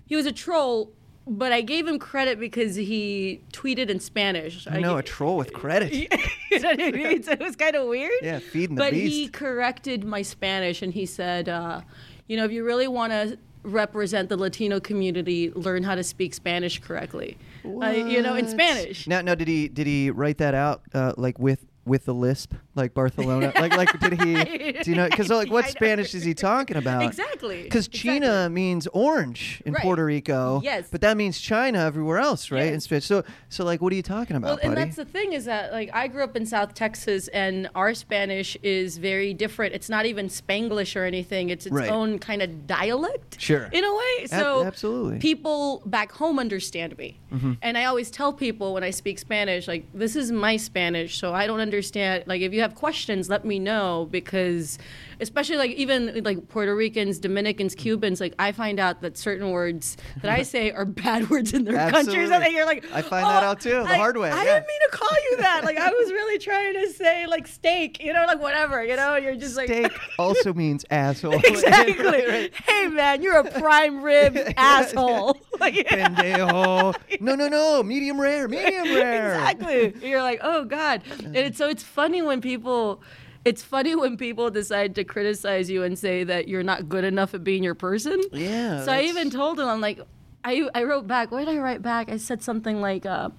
He was a troll, but I gave him credit because he tweeted in Spanish. I
You know, a
ga-
troll with credit.
You know what I mean? So it was kind of weird.
Yeah, feeding the
but he
beast.
corrected my Spanish, and he said, uh, you know, if you really want to represent the Latino community, learn how to speak Spanish correctly. Uh, you know, in
What?
Spanish.
Now, now, did he did he write that out uh, like with with the lisp, like Barcelona? like like did he? Do you know? Because like, what
I know.
Spanish is he talking about?
Exactly.
Because China means orange in
Right.
Puerto Rico.
Yes.
But that means China everywhere else, right? In
Yes.
Spanish. So so like, what are you talking about,
Well, and
buddy?
that's the thing is that like I grew up in South Texas, and our Spanish is very different. It's not even Spanglish or anything. It's its
Right.
own kind of dialect,
Sure.
in a way. So
absolutely. Mm-hmm.
people back home understand me, and I always tell people when I speak Spanish, like this is my Spanish, so I don't understand. Like if you have questions, let me know because, especially like even like Puerto Ricans, Dominicans,
Mm-hmm.
Cubans, like I find out that certain words that I say are bad words in their countries, and
Absolutely.
then you're like, "Oh,
I find that out too, the
I-
hard way,
I
yeah."
didn't mean to call you that. Like I was really trying to say like steak, you know, like whatever, you know. You're just like
Steak also means asshole.
exactly. Hey man, you're a prime rib asshole. Like,
Pendejo. No, no, no. Medium rare. Medium rare.
exactly. You're like, oh god. And it's, so it's funny when people. It's funny when people decide to criticize you and say that you're not good enough at being your person.
Yeah,
So I
that's-
even told him, I'm like, I, I wrote back. What did I write back? I said something like, uh,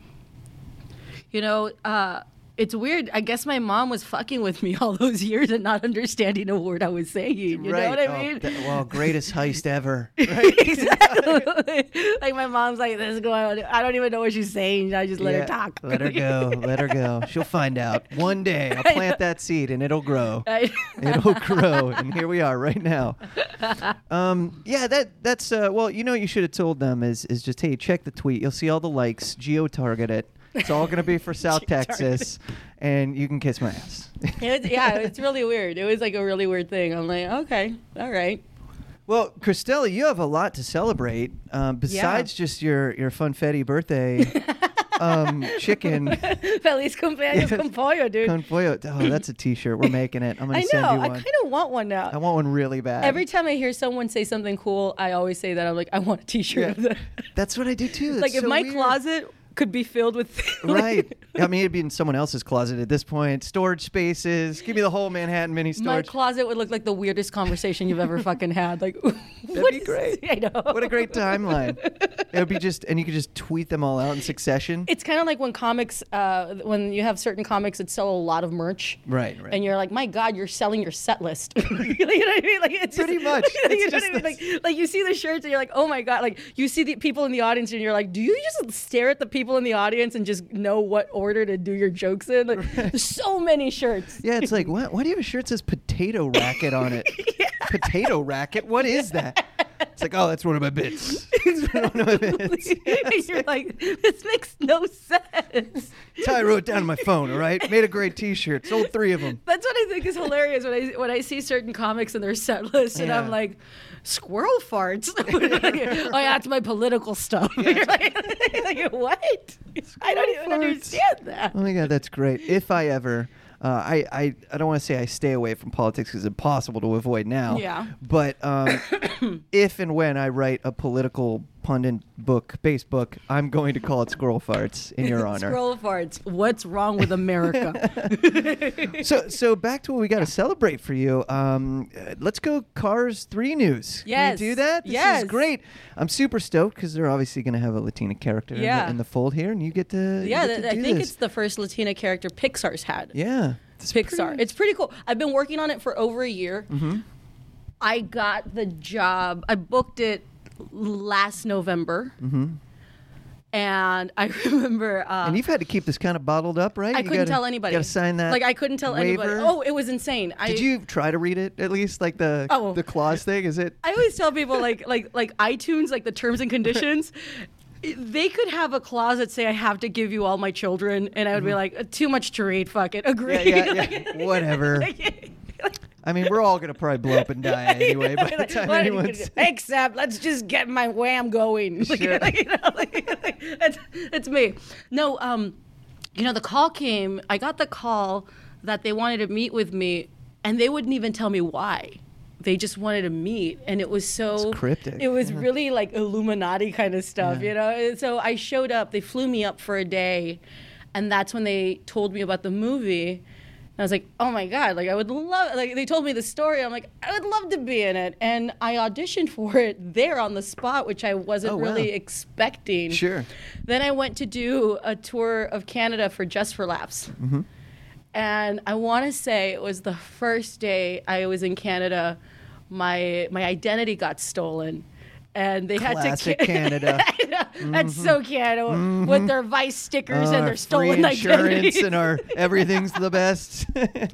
you know, uh, it's weird. I guess my mom was fucking with me all those years and not understanding a word I was saying. You know what I
Oh,
mean?
that- well, greatest heist ever.
exactly. like my mom's like, this is going on. I don't even know what she's saying. I just let
Yeah,
her talk.
Let her go. Let her go. She'll find out. One day I'll plant that seed and it'll grow.
I-
It'll grow. And here we are right now. Um, yeah, that that's uh, well, you know what you should have told them is is just hey, check the tweet. You'll see all the likes, geo target it. It's all gonna be for South Texas and you can kiss my ass.
It's- yeah, it's really weird. It was like a really weird thing. I'm like, okay, all right.
Well, Christella, you have a lot to celebrate um, besides just your your funfetti birthday um, chicken
Feliz cumpleaños con pollo, dude.
con pollo. Oh, that's a T-shirt. We're making it. I'm gonna
I
send
know.
you
I
one.
kind of want one now.
I want one really bad.
Every time I hear someone say something cool, I always say that. I'm like, I want a t shirt of that.
That's what I do too. That's
like, if
so
my
weird.
closet could be filled with
Right. I mean, it'd be in someone else's closet at this point. Storage spaces. Give me the whole Manhattan mini
My
storage.
closet would look like the weirdest conversation you've ever fucking had. Like,
That'd
what
be
is-
great.
I know.
what a great timeline. It would be just, and you could just tweet them all out in succession.
It's kind of like when comics, uh, when you have certain comics that sell a lot of merch.
Right, right.
And you're like, my God, you're selling your set list. you know what I mean? Like, it's
Pretty
just-
much.
you know
It's
what I
just
mean? Like, like, you see the shirts and you're like, oh my God. Like, you see the people in the audience and you're like, do you just stare at the people in the audience and just know what order to do your jokes in? Like, there's so many shirts.
Yeah, it's like, why, why do you have a shirt that says potato racket on it? Potato racket? What is that? It's like, oh, that's one of my bits. It's one of my bits.
and you're like, this makes no sense.
That's how I wrote it down on my phone, all right? Made a great t shirt. Sold three of them.
That's what I think is hilarious when I when I see certain comics and their set list, and I'm
Yeah.
like, squirrel farts. oh, yeah, that's my political stuff. You're like, like, what? I don't even
farts.
understand that.
Oh my God, that's great. If I ever. Uh, I, I, I don't want to say I stay away from politics because it's impossible to avoid now.
Yeah.
But um, if and when I write a political pundit book, base book, I'm going to call it Squirrel Farts in your honor.
Squirrel farts. What's wrong with America?
so so back to what we got to celebrate for you. Um, uh, let's go Cars Three news. Can
Yes.
we do that. This
Yes.
is great. I'm super stoked because they're obviously going to have a Latina character in the- in,
Yeah.
the, fold here, and you get to you
yeah,
get to
I
do
think
this.
it's the first Latina character Pixar's had.
yeah It's
Pixar.
pretty- Mm-hmm.
It's pretty cool. I've been working on it for over a year. I got the job. I booked it last November. And I remember. Uh,
Mm-hmm. and you've had to keep this kind of bottled up, right?
I
You
couldn't
gotta-
tell anybody.
Got to sign that.
Like I couldn't tell anybody.
waiver.
Oh, it was insane. I,
Did you try to read it at least? Like the
Oh.
the clause thing? Is it?
I always tell people like like like iTunes like the terms and conditions. They could have a clause that say I have to give you all my children, and I would be like, too much to read. Fuck it, agree.
Mm-hmm. Yeah, yeah, yeah. Whatever. I mean, we're all gonna probably blow up and die anyway by the time
What are you gonna
anyone's.
do? Except, let's just get my way I'm going. Like,
Sure.
you know, like, like, that's, that's me. No, um, you know, the call came. I got the call that they wanted to meet with me, and they wouldn't even tell me why. They just wanted to meet, and it was so
It's cryptic,
It was
yeah.
really like Illuminati kind of stuff, you know. And so I showed up. They flew me up for a day, and that's when they told me about the movie. And I was like, oh my God, like I would love, like they told me the story. I'm like, I would love to be in it. And I auditioned for it there on the spot, which I wasn't
Oh, wow.
really expecting.
Sure.
Then I went to do a tour of Canada for Just for Laughs. And I want to say it was the first day I was in Canada, my, my identity got stolen. And they
Classic
had to.
Canada.
I know. That's so Canada with their vice stickers
Our
and their stolen
Uh, free insurance
identities.
and our everything's the best.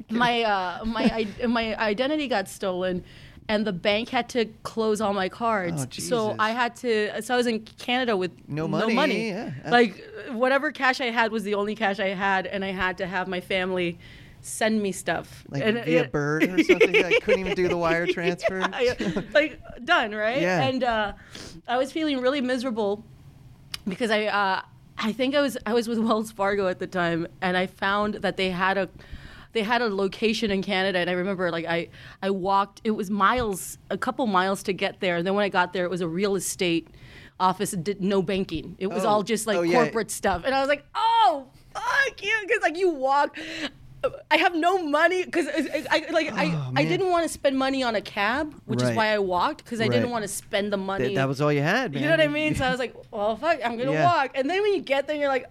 my uh, my I- my identity got stolen and the bank had to close all my cards
Oh,
so
Jesus.
i had to so i was in canada with
No
no
money,
money.
yeah.
like whatever cash i had was the only cash i had and i had to have my family send me stuff
like
and
via
it-
bird or something. I couldn't even do the wire transfer.
yeah, yeah. like done right
Yeah.
and uh, i was feeling really miserable because i uh, i think i was i was with wells fargo at the time and i found that they had a they had a location in Canada, and I remember like I, I walked. It was miles, a couple miles to get there. And then when I got there, it was a real estate office. It did no banking. It was
Oh.
all just like
Oh, yeah.
corporate stuff. And I was like, oh, fuck you, because like you walk. I have no money because I, I like I, I
Oh, man.
didn't want to spend money on a cab, which is
Right.
why I walked because I
Right.
didn't want to spend the money.
That, that was all you had, man.
you know what I mean? So I was like, well, fuck, I'm gonna
Yeah.
walk. And then when you get there, you're like,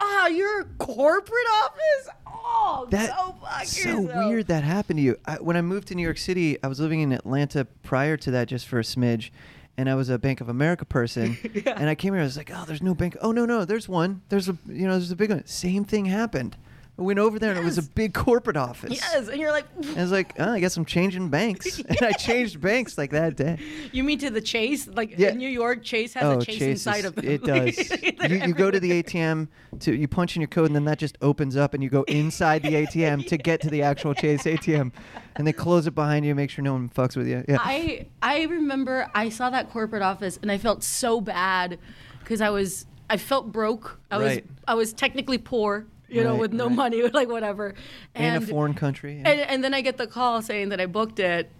ah, you're a corporate office. Oh,
That-
so fuck
so
yourself.
weird that happened to you. I, when I moved to New York City, I was living in Atlanta prior to that, just for a smidge, and I was a Bank of America person. And I came here, I was like, oh, there's no bank. Oh no, no, there's one. There's a you know, there's a big one. Same thing happened. I went over there and it was a
Yes.
big corporate office.
Yes, and you're like,
And I was like, oh, I guess I'm changing banks. And I changed banks like that day.
you mean to the Chase? Like
Yeah. Oh,
in New York, Chase has a Chase,
is-
inside of
It does. you, you go to the ATM to you punch in your code, and then that just opens up, and you go inside the ATM to get to the actual Chase ATM, and they close it behind you, make sure no one fucks with you. Yeah.
I I remember I saw that corporate office and I felt so bad because I was I felt broke. I
Right.
was I was technically poor, you know,
Right,
with no
right.
money, like whatever.
in
And
a foreign country. yeah.
and, and then I get the call saying that I booked it.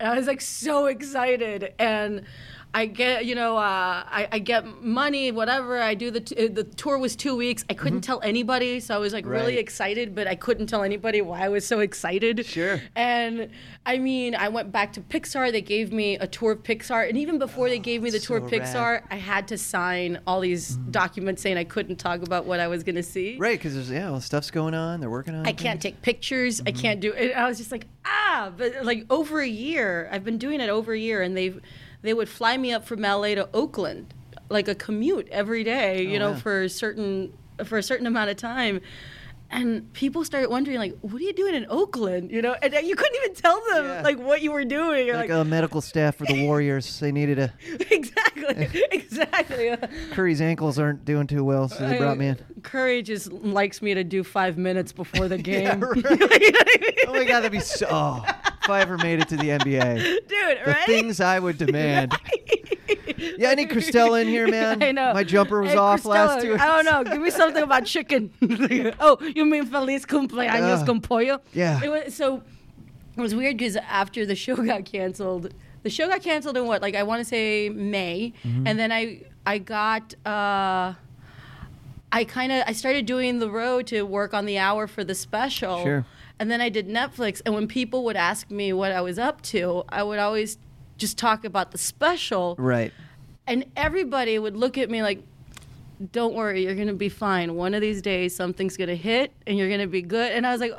And I was like so excited and I get, you know, uh, I, I get money, whatever. I do the t- uh, the tour was two weeks. I couldn't tell anybody, so I was like really
Mm-hmm. Right.
excited, but I couldn't tell anybody why I was so excited.
Sure.
And I mean, I went back to Pixar. They gave me a tour of Pixar, and even before they gave me the tour of
Oh, so rad. Mm-hmm.
Pixar, I had to sign all these documents saying I couldn't talk about what I was gonna see.
Right, because there's yeah, well, stuff's going on. They're working on.
I can't take pictures.
Mm-hmm.
I can't do it. I was just like, ah, but like over a year. I've been doing it over a year, and they they would fly me up from LA to Oakland, like a commute every day, you know,
Oh, wow.
for a certain for a certain amount of time. And people started wondering, like, what are you doing in Oakland? You know, and you couldn't even tell them
Yeah.
like what you were doing. You're
Like oh.
like,
a medical staff for the Warriors, they needed a
exactly, exactly.
Curry's ankles aren't doing too well, so they brought me in.
Curry just likes me to do five minutes before the game.
Yeah, right. Oh my god, that'd be so. Oh, if I ever made it to the NBA,
Dude,
the
right?
things I would demand. Yeah, I need Christella in here, man.
I know.
My jumper was
Hey,
off last
Cristela,
two.
I don't know. Give me something about chicken. oh, you mean feliz cumpleaños
Ugh.
con pollo?
Uh, Yeah.
It was, so it was weird because after the show got canceled, the show got canceled in what? Like I want to say May,
Mm-hmm.
and then I I got. Uh, I kind of I started doing the road to work on the hour for the special.
Sure.
And then I did Netflix and when people would ask me what I was up to, I would always just talk about the special
Right.
and everybody would look at me like don't worry you're gonna be fine one of these days something's gonna hit and you're gonna be good and i was like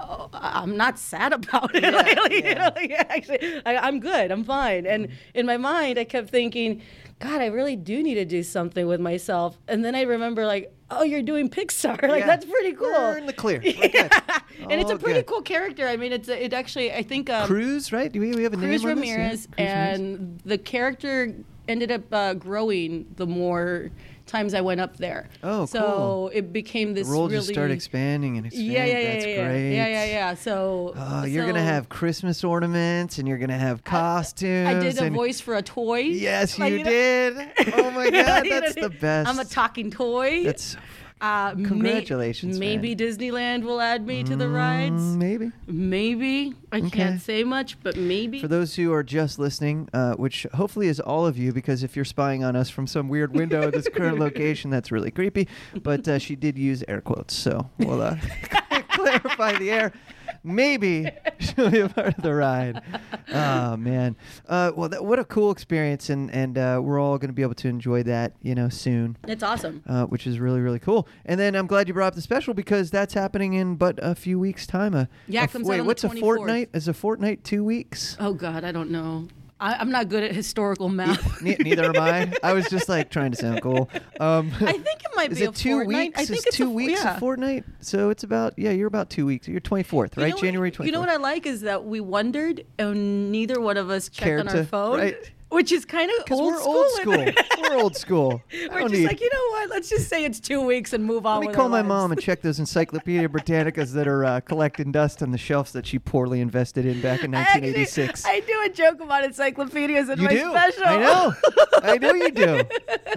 oh, I- i'm not sad about it Like, like, you know, like, actually I, i'm good i'm fine and
Mm-hmm.
in my mind i kept thinking god i really do need to do something with myself and then i remember like oh you're doing pixar like
Yeah.
that's pretty cool
We're in the clear. We're good.
and it's a
Oh,
pretty
good.
cool character i mean it's a, it actually i think um,
Cruz, right? Do we, we have a
Cruz
name on this? Yeah,
Ramirez,
Cruz Ramirez.
and the character ended up uh, growing the more times I went up there.
Oh,
so
cool.
it became this
the role
really
just start expanding and expanding.
yeah, yeah, yeah,
That's
yeah,
great.
yeah, yeah, yeah. So
Oh, you're gonna
so
have Christmas ornaments, and you're gonna have costumes.
I did a
and-
voice for a toy.
Yes, you,
Like, know-
did. Oh my God,
You know,
that's the best.
I'm a talking toy.
That's
uh, may-
Congratulations, man.
maybe Disneyland will add me to the
Mm,
rides.
maybe.
Maybe I
Okay.
can't say much, but maybe.
For those who are just listening, uh, which hopefully is all of you, because if you're spying on us from some weird window at this current location, that's really creepy. But uh, she did use air quotes, so we'll uh, clarify the air. Maybe she'll be a part of the ride. Oh man! Uh, well, that, what a cool experience, and and uh, we're all going to be able to enjoy that, you know, soon.
it's awesome.
uh, which is really really cool. And then I'm glad you brought up the special because that's happening in but a few weeks' time. A,
Yeah,
a
it
f-
comes out
wait,
on the
what's a
24th.
fortnight? Is a fortnight two weeks?
Oh God, I don't know. I, I'm not good at historical math.
Ne- neither am I. I was just like trying to sound cool. Um,
I think it might
is
be
it
a
two
fortnight.
weeks?
I think
is
it's a
two
f-
weeks
yeah.
a fortnight? So it's about yeah, you're about two weeks. You're 24th,
You
right?
know what-
January 24th.
You know what I like is that we wondered and neither one of us checked
Cared
on our
to-
phone,
right.
which is kind of
Because
old
we're old
school.
school. we're old school. I
We're
don't
just
need-
like, you know what? Let's just say it's two weeks and move on.
Let me
with
call
our
my
lives.
mom and check those Encyclopedia Britannicas that are uh, collecting dust on the shelves that she poorly invested in back in
I actually-
1986.
I do a joke about encyclopedias in
You
my
do.
special.
I know. I know you do.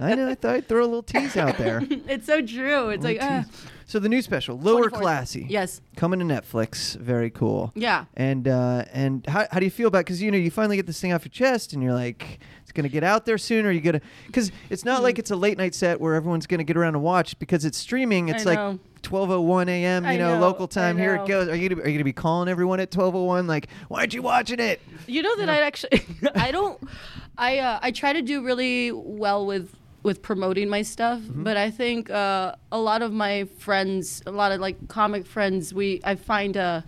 I know. I thought I'd throw a little tease out there.
it's so true. It's like, ah.
So the new special, Lower
24th.
Classy.
Yes.
Coming to Netflix. Very cool.
Yeah.
And uh, and how, how do you feel about? Because you know you finally get this thing off your chest, and you're like, it's gonna get out there soon, or you gonna? Because it's
Mm-hmm.
not like it's a late night set where everyone's gonna get around to watch. Because it's streaming. It's like
know.
12:01 a.m. You
I
know,
know,
local
I
time. Here it
know.
goes. Are you gonna, are you gonna be calling everyone at 12:01? Like, why aren't you watching it?
You know that I actually I don't I uh, I try to do really well with with promoting my stuff, but I think uh, a lot of my friends, a lot of like comic friends, we I find uh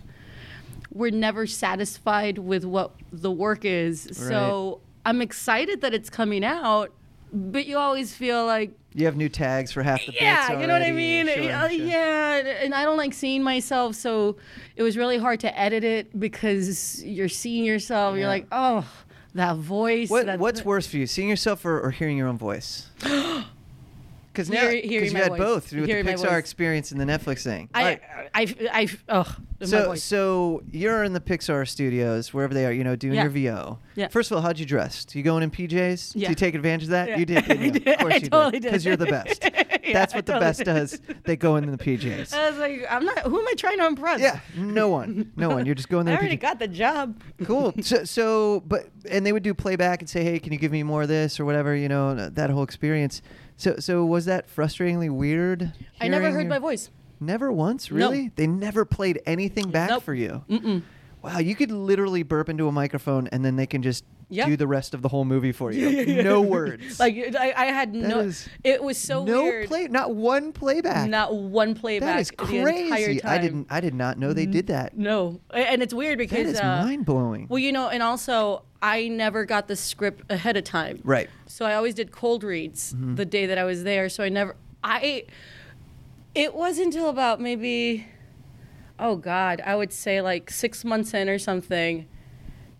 we're never satisfied with what the work is. So I'm excited that it's coming out, but you always feel like
You have new tags for half the bits
yeah, you know what I
already.
mean?
Sure,
Uh,
sure.
Yeah, and- and I don't like seeing myself, so it was really hard to edit it because you're seeing yourself. You're like, oh, that voice.
What,
that,
what's worse for you, seeing yourself or, or hearing your own voice? Because now,
Hear- hearing
because you
my
had
voice.
both with
Hearing
the
my
Pixar
voice.
experience and the Netflix thing.
I,
Right.
I, I, oh, my
so,
voice.
so you're in the Pixar studios, wherever they are, you know, doing
Yeah.
your VO.
Yeah.
First of all, how'd you dress? Do you go in in PJs? Do
Yeah.
you take advantage of that?
Yeah.
You did. Didn't you?
I did.
Of course
I
you
totally did.
Because you're the best. That's what
I
the
totally
best
did. Uh,
does. They go in the PJs.
I was like, I'm not. Who am I trying to impress?
yeah, no one, no one. You're just going
I
there.
already got the job.
cool. So, so, but and they would do playback and say, "Hey, can you give me more of this or whatever?" You know, and that whole experience. So, so was that frustratingly weird?
I never
hearing
heard
your-
my voice.
Never once, really. They never played anything back
Nope.
for you. Mm-mm. Wow, you could literally burp into a microphone and then they can just
Yeah.
do the rest of the whole movie for you. No words.
Like I, I had no.
is
It was so
no
weird.
play, not one playback.
Not one playback.
that is
The entire
crazy.
time.
I didn't. I did not know they did that.
No, A- and it's weird
That
because
is
uh,
mind blowing.
Well, you know, and also I never got the script ahead of time.
Right. Mm-hmm.
So I always did cold reads the day that I was there. So I never I it wasn't until about maybe oh god, I would say like 6 months in or something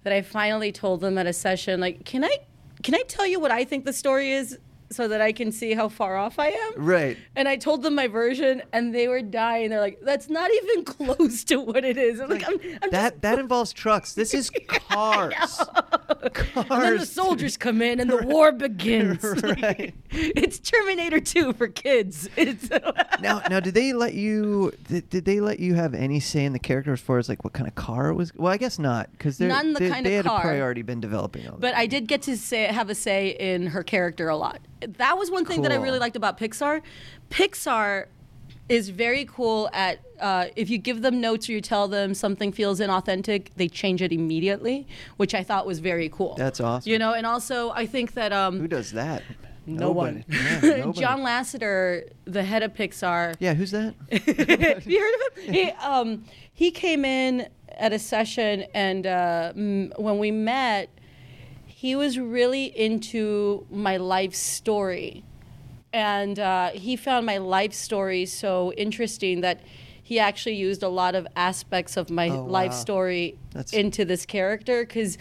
that I finally told them at a session like, "Can I can I tell you what I think the story is so that I can see how far off I am?"
Right.
And I told them my version and they were dying. They're like, "That's not even close to what it is." I'm like, "I'm, I'm just
That that involves trucks. This is cars.
And then the
Cars.
soldiers come in and the war begins.
Right.
it's Terminator 2 for kids. It's
now, now, did they let you? Did, did they let you have any say in the character as far as like what kind of car it was? Well, I guess not because they
Not in the
they,
kind
they
of
had
car.
a priority been developing on.
But I did get to say, have a say in her character a lot. That was one thing that I
Cool.
really liked about Pixar. Pixar is very cool at uh, if you give them notes or you tell them something feels inauthentic, they change it immediately, which I thought was very cool.
That's awesome.
You know, and also I think that um,
Who does that?
No one.
Nobody. Yeah, nobody.
John Lasseter, the head of Pixar,
Yeah, who's that?
Have you heard of him? He, um, he came in at a session, and uh, m- when we met, he was really into my life story. And uh, he found my life story so interesting that he actually used a lot of aspects of my
Oh,
life
wow.
story
That's-
into this character because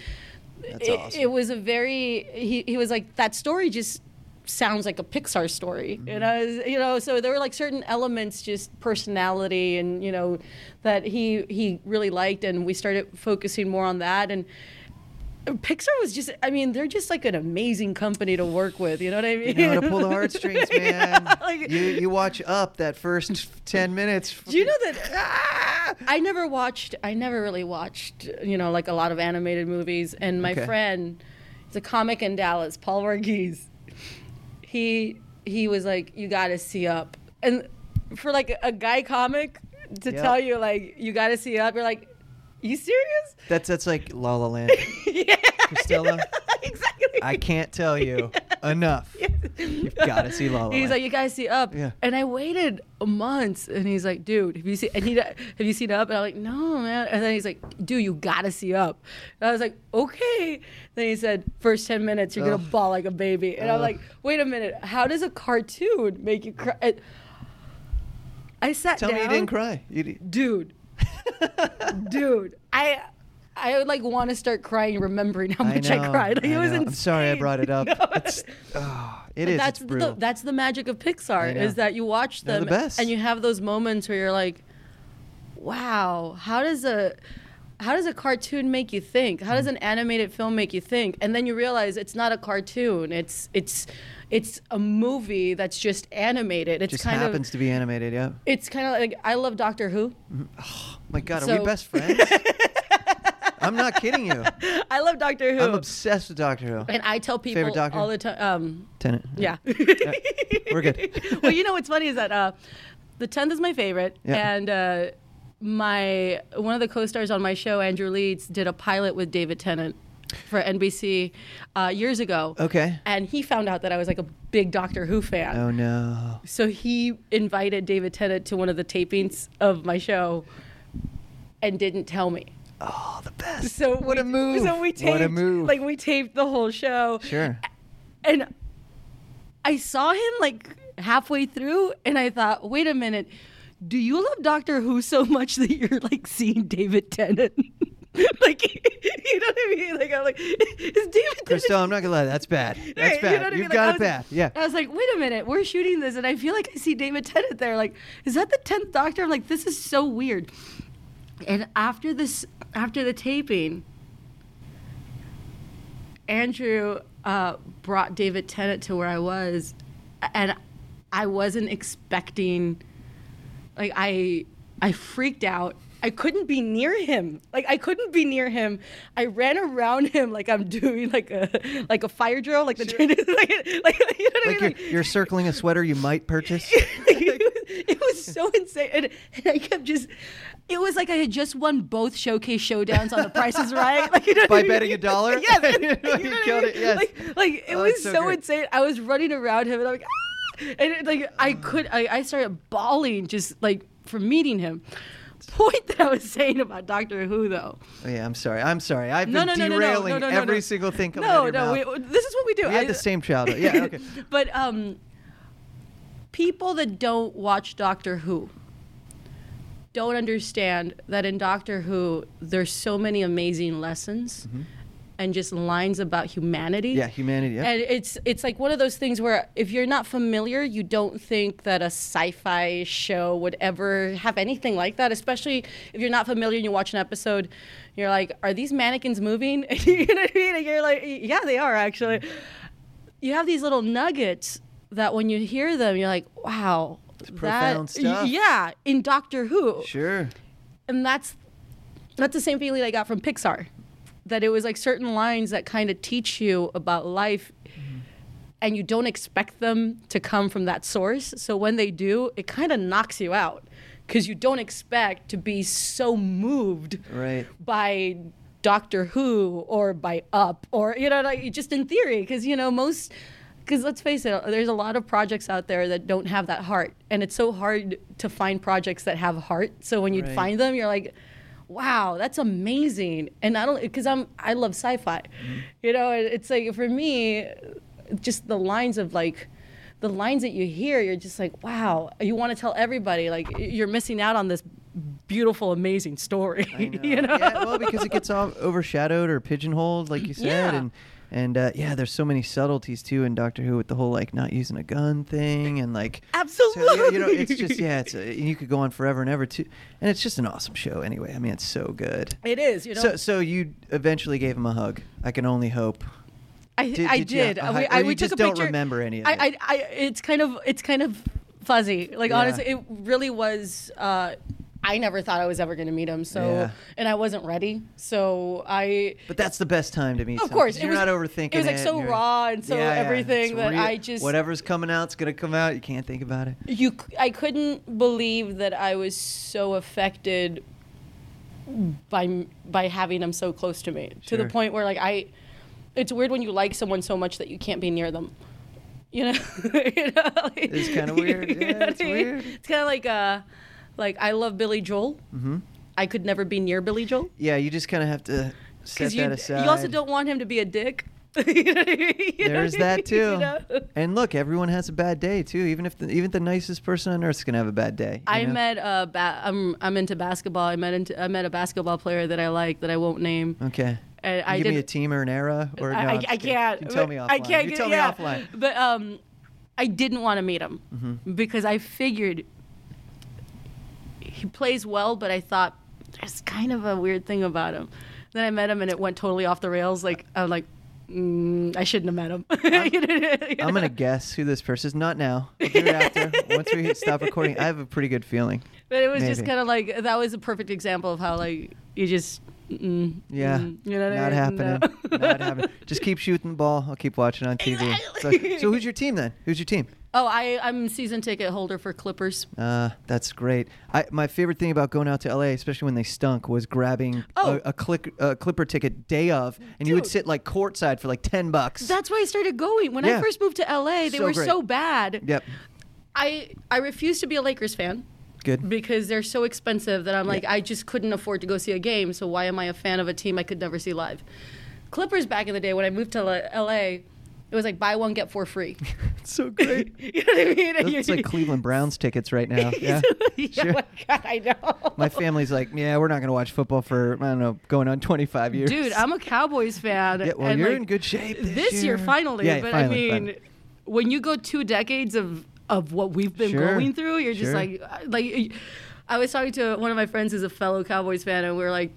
That's
it,
awesome.
it was a very, he, he was like, that story just sounds like a Pixar story.
Mm-hmm.
And I was, you know, so there were like certain elements, just personality and, you know, that he, he really liked. And we started focusing more on that. And Pixar was just, I mean, they're just like an amazing company to work with. You know what I mean?
You know how to pull the heartstrings, man.
like-
you you watch up that first ten minutes. Ah!
Do you know that I never watched, I never really watched, you know, like a lot of animated movies. And my
Okay.
friend, it's a comic in Dallas, Paul Varghese. He he was like, you got to see up, and for like a guy comic to
Yeah.
tell you like you got to see up, you're like, you serious?
That's that's like La La Land. Costello,
exactly.
I can't tell you enough. You've got to see La La
He's
Land.
like, you guys see Up,
Yeah.
and I waited months, and he's like, dude, have you seen? And he, have you seen Up? And I'm like, no, man. And then he's like, dude, you gotta see Up. And I was like, okay. Then he said, first ten minutes, you're gonna
Ugh.
bawl like a baby, and I'm like, wait a minute, how does a cartoon make you cry? And I sat
Tell
down
me you didn't cry. You di-
dude dude i i would like want to start crying remembering how much i,
know,
cried like, it was
know.
insane.
I'm sorry I brought it up. It's, oh, it is.
that's
it's
the,
brutal.
that's the magic of pixar
know.
is that you watch
They're
them
the best.
and you have those moments where you're like wow how does a how does a cartoon make you think how does an animated film make you think and then you realize it's not a cartoon it's it's it's a movie that's just animated it's
just
kind
happens
of
to be animated. Yeah. Oh
it's kind of like i love doctor who
My God, are
So-
we best friends? I'm not kidding you.
i love doctor who
I'm obsessed with Doctor Who.
And I tell people
doctor?
all the time. Um,
Tenant.
yeah.
We're good.
well, you know what's funny is that uh, the tenth is my favorite,
Yeah.
and uh, my one of the co-stars on my show, Andrew Leeds, did a pilot with David Tennant for NBC uh, years ago.
Okay.
And he found out that I was like a big Doctor Who fan.
Oh no.
So he invited David Tennant to one of the tapings of my show and didn't tell me.
Oh, the best.
So
what
we-
a move.
So we taped
What a move.
like we taped the whole show
sure.
and I saw him like halfway through, and I thought, wait a minute, do you love Doctor Who so much that you're like seeing David Tennant? like, you know what I mean? Like, I'm like, is David Tennant?
Christelle, I'm not gonna lie. That's bad. That's
Right,
bad.
you know what I
have
mean? Like,
got
I
it
was-
bad. Yeah.
I was like, wait a minute, we're shooting this, and I feel like I see David Tennant there. Like, is that the tenth Doctor? I'm like, this is so weird. And after this, after the taping, Andrew uh, brought David Tennant to where I was, and I wasn't expecting like I I freaked out. I couldn't be near him. Like I couldn't be near him. I ran around him like I'm doing like a like a fire drill, like the train like, like you know what I mean?
Like you're, you're circling a sweater you might purchase.
it was so insane. And, and I kept just, it was like I had just won both showcase showdowns on The Price is Right. Like, you know what
By
I mean?
betting a dollar?
yes. and-
You
know what I
killed it,
mean?
yes.
Like, like it
Oh,
was
it's so
so,
great.
insane. I was running around him and I'm like, ah! And it, like, I
Mm.
could, I, I started bawling just like from meeting him. Point that I was saying about Doctor Who though.
Oh, yeah, I'm sorry. I'm sorry. I've
No,
been
no, no, no, no,
derailing
no, no, no,
every
no.
single thing coming out
No,
of your
no,
mouth.
we, this is what we do.
We had the same childhood. Yeah, okay.
but um, people that don't watch Doctor Who don't understand that in Doctor Who there's so many amazing lessons and just lines about humanity.
Mm-hmm. Yeah, humanity, yeah.
And it's it's like one of those things where if you're not familiar, you don't think that a sci-fi show would ever have anything like that. Especially if you're not familiar and you watch an episode, you're like, "Are these mannequins moving?" you know what I mean? And you're like, "Yeah, they are actually." you have these little nuggets that when you hear them, you're like, wow. It's
profound stuff.
Yeah, in Doctor Who.
Sure.
And that's that's the same feeling I got from Pixar. That it was like certain lines that kind of teach you about life and you don't expect them to come from that source. So when they do, it kind of knocks you out cuz you don't expect to be so moved
Right.
by Doctor Who or by Up or you know like just in theory because you know most because let's face it there's a lot of projects out there that don't have that heart and it's so hard to find projects that have heart so when you
Right.
find them you're like wow that's amazing and I don't because I'm I love sci-fi you know and it's like for me just the lines of like the lines that you hear you're just like wow you want to tell everybody like you're missing out on this beautiful amazing story you know
Yeah, well, because it gets all overshadowed or pigeonholed, like you said,
Yeah.
and and uh, yeah, there's so many subtleties too in Doctor Who with the whole like not using a gun thing and like So, yeah, you, know, it's just
Absolutely.
yeah, it's uh, you could go on forever and ever too, and it's just an awesome show anyway. I mean, it's so good.
It is, you know.
So so you eventually gave him a hug. I can only hope.
I,
did-
I
did you-
did.
uh,
we,
or
I,
you
we
just
took a
don't
picture.
remember any of
I,
it?
I, I, it's kind of, it's kind of fuzzy. Like
Yeah.
honestly, it really was. Uh, I never thought I was ever going to meet him. So,
Yeah.
and I wasn't ready. So I.
But that's the best time to meet.
Of
someone,
course,
'cause
it
you're
was-
not overthinking.
it was, like, so
you're-
raw and so
Yeah, yeah,
everything
it's
that I just-
whatever's coming out's gonna come out. You can't think about it.
you c- i couldn't believe that i was so affected by m- by having them so close to me to
Sure.
the point where like i it's weird when you like someone so much that you can't be near them you know, you know?
It's kinda weird. Yeah,
what
it's
I mean?
weird.
it's kind of like uh like i love billy joel mm-hmm. i could never be near billy joel
Yeah, you just kind of have to set
because you,
that aside.
you also don't want him to be a dick You know what I mean? You know
There's
what I
that too.
mean? You know?
And look, everyone has a bad day too. Even if the, even the nicest person on earth's gonna have a bad day. you
I
know?
met a ba- I'm I'm into basketball. I met into, I met a basketball player that I like that I won't name.
Okay. Can
And Uh, I
you give me a
didn't-
team or an era or no,
I, I,
I'm just
I
kidding.
can't.
You can tell me offline.
I can't.
You
get-
tell me
yeah.
offline. Mm-hmm.
But um, I didn't want to meet him because I figured he plays well, but I thought there's kind of a weird thing about him. Then I met him and it went totally off the rails. Like I was like, mm, I shouldn't have met him. You know?
I'm gonna guess who this person is. Not now. We'll do it after. Once we hit stop recording, I have a pretty good feeling.
But it was just
Maybe.
kind of like that was a perfect example of how like you just mm,
Yeah.
mm, you know what
Not
I mean? No.
happening. Not happening. Just keep shooting the ball. I'll keep watching on TV. So,
Exactly.
so who's your team then? Who's your team?
Oh, I I'm season ticket holder for Clippers.
Uh, that's great. I, my favorite thing about going out to LA, especially when they stunk, was grabbing
Oh.
a, a click a Clipper ticket day of, and you would
Dude.
sit like courtside for like ten bucks.
That's why I started going. When
Yeah.
I first moved to LA, they
So
were
great.
so bad.
yep,
I I refused to be a Lakers fan
good.
because they're so expensive that I'm like I just couldn't afford to go see a game. So why am I a fan of a team I could never see live? Clippers back in the day when I moved to L- LA, it was like buy one get four free.
It's so great.
you know what I mean?
It's like Cleveland Browns tickets right now. Yeah.
Yeah, my God, I know.
My family's like, yeah, we're not gonna watch football for I don't know, going on twenty five years.
Dude, I'm a Cowboys fan.
yeah, well,
and,
you're
like,
in good shape this,
This year, finally.
Yeah,
but
finally,
I mean,
finally.
when you go two decades of of what we've been
Sure,
going through, you're just uh,
sure.
like, like. I was talking to one of my friends who's a fellow Cowboys fan, and we are like,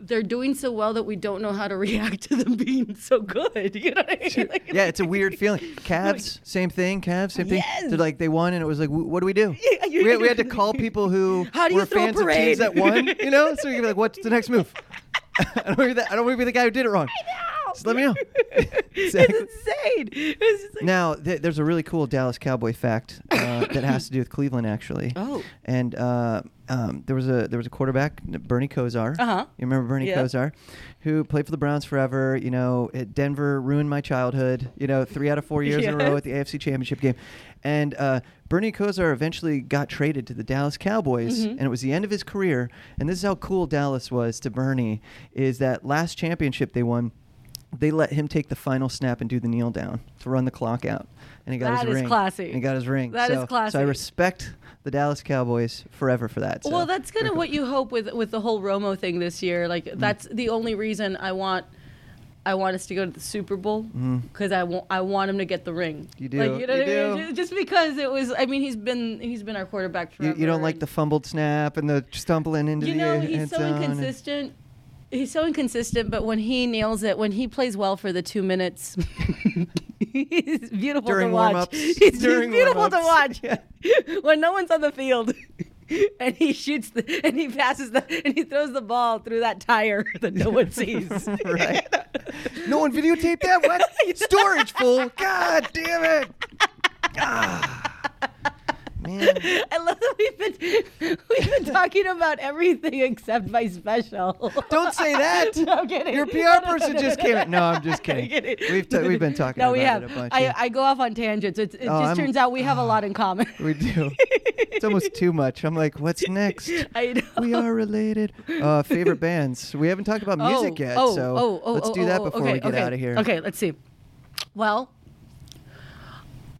they're doing so well that we don't know how to react to them being so good. You know what I mean? Like,
Yeah, it's a weird feeling. Cavs, same thing. Cavs, same thing.
Yes.
They're like they won, and it was like, "Wh- what do we do?
you-
We had, we had to call people who
How do you
were
throw a
fans of teams
parade?
that won. You know, so you're like, what's the next move? I don't want to be the, I don't want to be the guy who did it wrong. Just let me know. Exactly.
It's insane. It's just like,
Now, th- there's a really cool Dallas Cowboy fact uh, that has to do with Cleveland, actually.
Oh.
And uh, um, there was a there was a quarterback, Bernie Kosar.
Uh-huh.
You remember Bernie
Yeah.
Kosar, who played for the Browns forever. You know, at Denver ruined my childhood. You know, three out of four years in a row
Yeah.
at the AFC Championship game, and uh, Bernie Kosar eventually got traded to the Dallas Cowboys,
Mm-hmm.
and it was the end of his career. And this is how cool Dallas was to Bernie is that last championship they won they let him take the final snap and do the kneel down to run the clock out. And he got
That
his
is
ring.
classy.
And he got his ring.
That
That is
is
so, So
classy.
I respect the Dallas Cowboys forever for that. So.
well, that's kind of what you hope with with the whole Romo thing this year. Like
Mm.
that's the only reason I want. I want us to go to the Super Bowl because I want I want him to get the ring.
Mm. You do.
like, you know
You
what I
do.
mean? Ju- Just because it was, I mean, he's been he's been our quarterback
you,
forever.
you don't like
and-
the fumbled snap and the stumbling into
You
the
know,
end
he's so
zone and-
inconsistent. He's so inconsistent, but when he nails it, when he plays well for the two minutes, he's beautiful
During
to watch.
warm-ups.
He's, he's
During
beautiful to
warm-ups.
watch. when no one's on the field, and he shoots the, and he passes the, and he throws the ball through that tire that no one sees.
right? no one videotaped that. What? Storage full. God damn it. Ah. Man.
I love that we've been we've been talking about everything except my special.
Don't say that.
No, I'm kidding.
Your
No, no,
PR
no,
person
no,
just
no,
came.
no.
in. No, I'm just kidding.
kidding.
We've t- we've been talking
No,
about
we have.
it a bunch.
I,
yeah. Oh,
I go off on tangents. It's, it just
I'm- ah.
turns out we have a lot in common.
We do. It's almost too much. I'm like, what's next?
I know.
We are related. Uh, favorite bands. We haven't talked about music
oh,
yet,
oh,
so
oh, oh,
let's
oh,
do that
oh,
before
okay,
we get
okay.
out of here.
Okay, let's see. Well,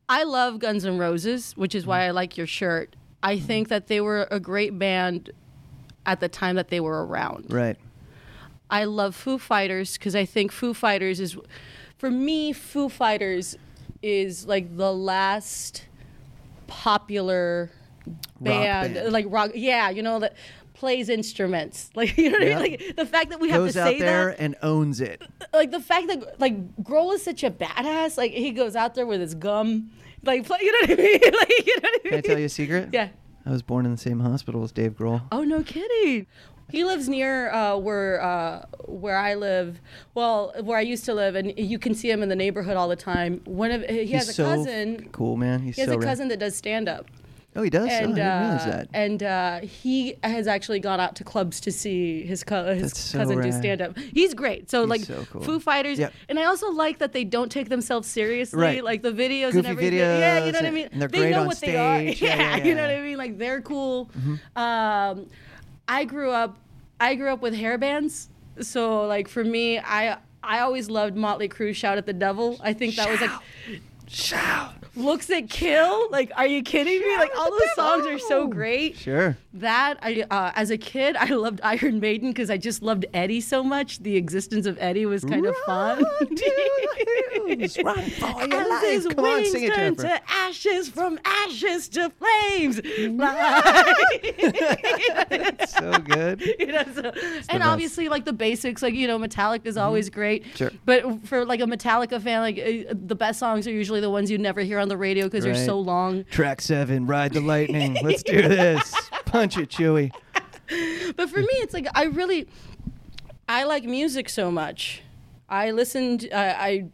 I love Guns N' Roses, which is
Mm.
why I like your shirt. I think that they were a great band at the time that they were around.
Right.
I love Foo Fighters because I think Foo Fighters is, for me, Foo Fighters is like the last popular band,
band.
like rock. Yeah, you know that plays instruments. Like you know what
Yeah.
I mean. Like the fact that we have
Goes
to
out
say
there
that,
and owns it.
like the fact that like Grohl is such a badass. Like he goes out there with his gum, like play, you know what I mean. like you know what I mean.
Can I tell you a secret?
Yeah.
I was born in the same hospital as Dave Grohl.
Oh no, kidding! He lives near uh, where uh, where I live. Well, where I used to live, and you can see him in the neighborhood all the time. One of he
He's
has a
so
cousin.
cool, man. He's
He has
so
a
rad.
cousin that does stand up,
Oh, he does. oh, I
and
didn't realize
uh,
that.
and uh, he has actually gone out to clubs to see his, co- his
That's so
cousin do
rad.
stand up. He's great. So like
so cool.
Foo Fighters,
Yep.
and I also like that they don't take themselves seriously.
Right.
Like the videos and
Goofy
everything. yeah, you
videos
know what I
and-
mean.
and they're
they
great
know
on
what they are.
stage. Yeah, yeah,
you know what
yeah. Mm-hmm.
I mean. I mean, like they're cool. Um, I grew up, I grew up with hair bands. So like for me, I I always loved Motley Crue. Shout at the Devil. I think that was like. Shout. Looks at kill. Like, are you kidding me? Like all those songs are so great.
sure.
That I, uh, as a kid, I loved Iron Maiden because I just loved Eddie so much. The existence of Eddie was kind of fun.
Run to the hills, run for your
As
life.
his
Come on,
wings
sing it,
turn
Jennifer.
to ashes, from ashes to flames. Fly.
so good.
You know, so- and obviously, like the basics, like you know, Metallica is always great.
Mm-hmm. Sure.
But for like a Metallica fan, like uh, the best songs are usually the ones you never hear on the radio because
Right.
they're so long.
Track seven, ride the lightning. Let's do this. Punch it, Chewy.
But for me, it's like I really, I like music so much. I listened. I, I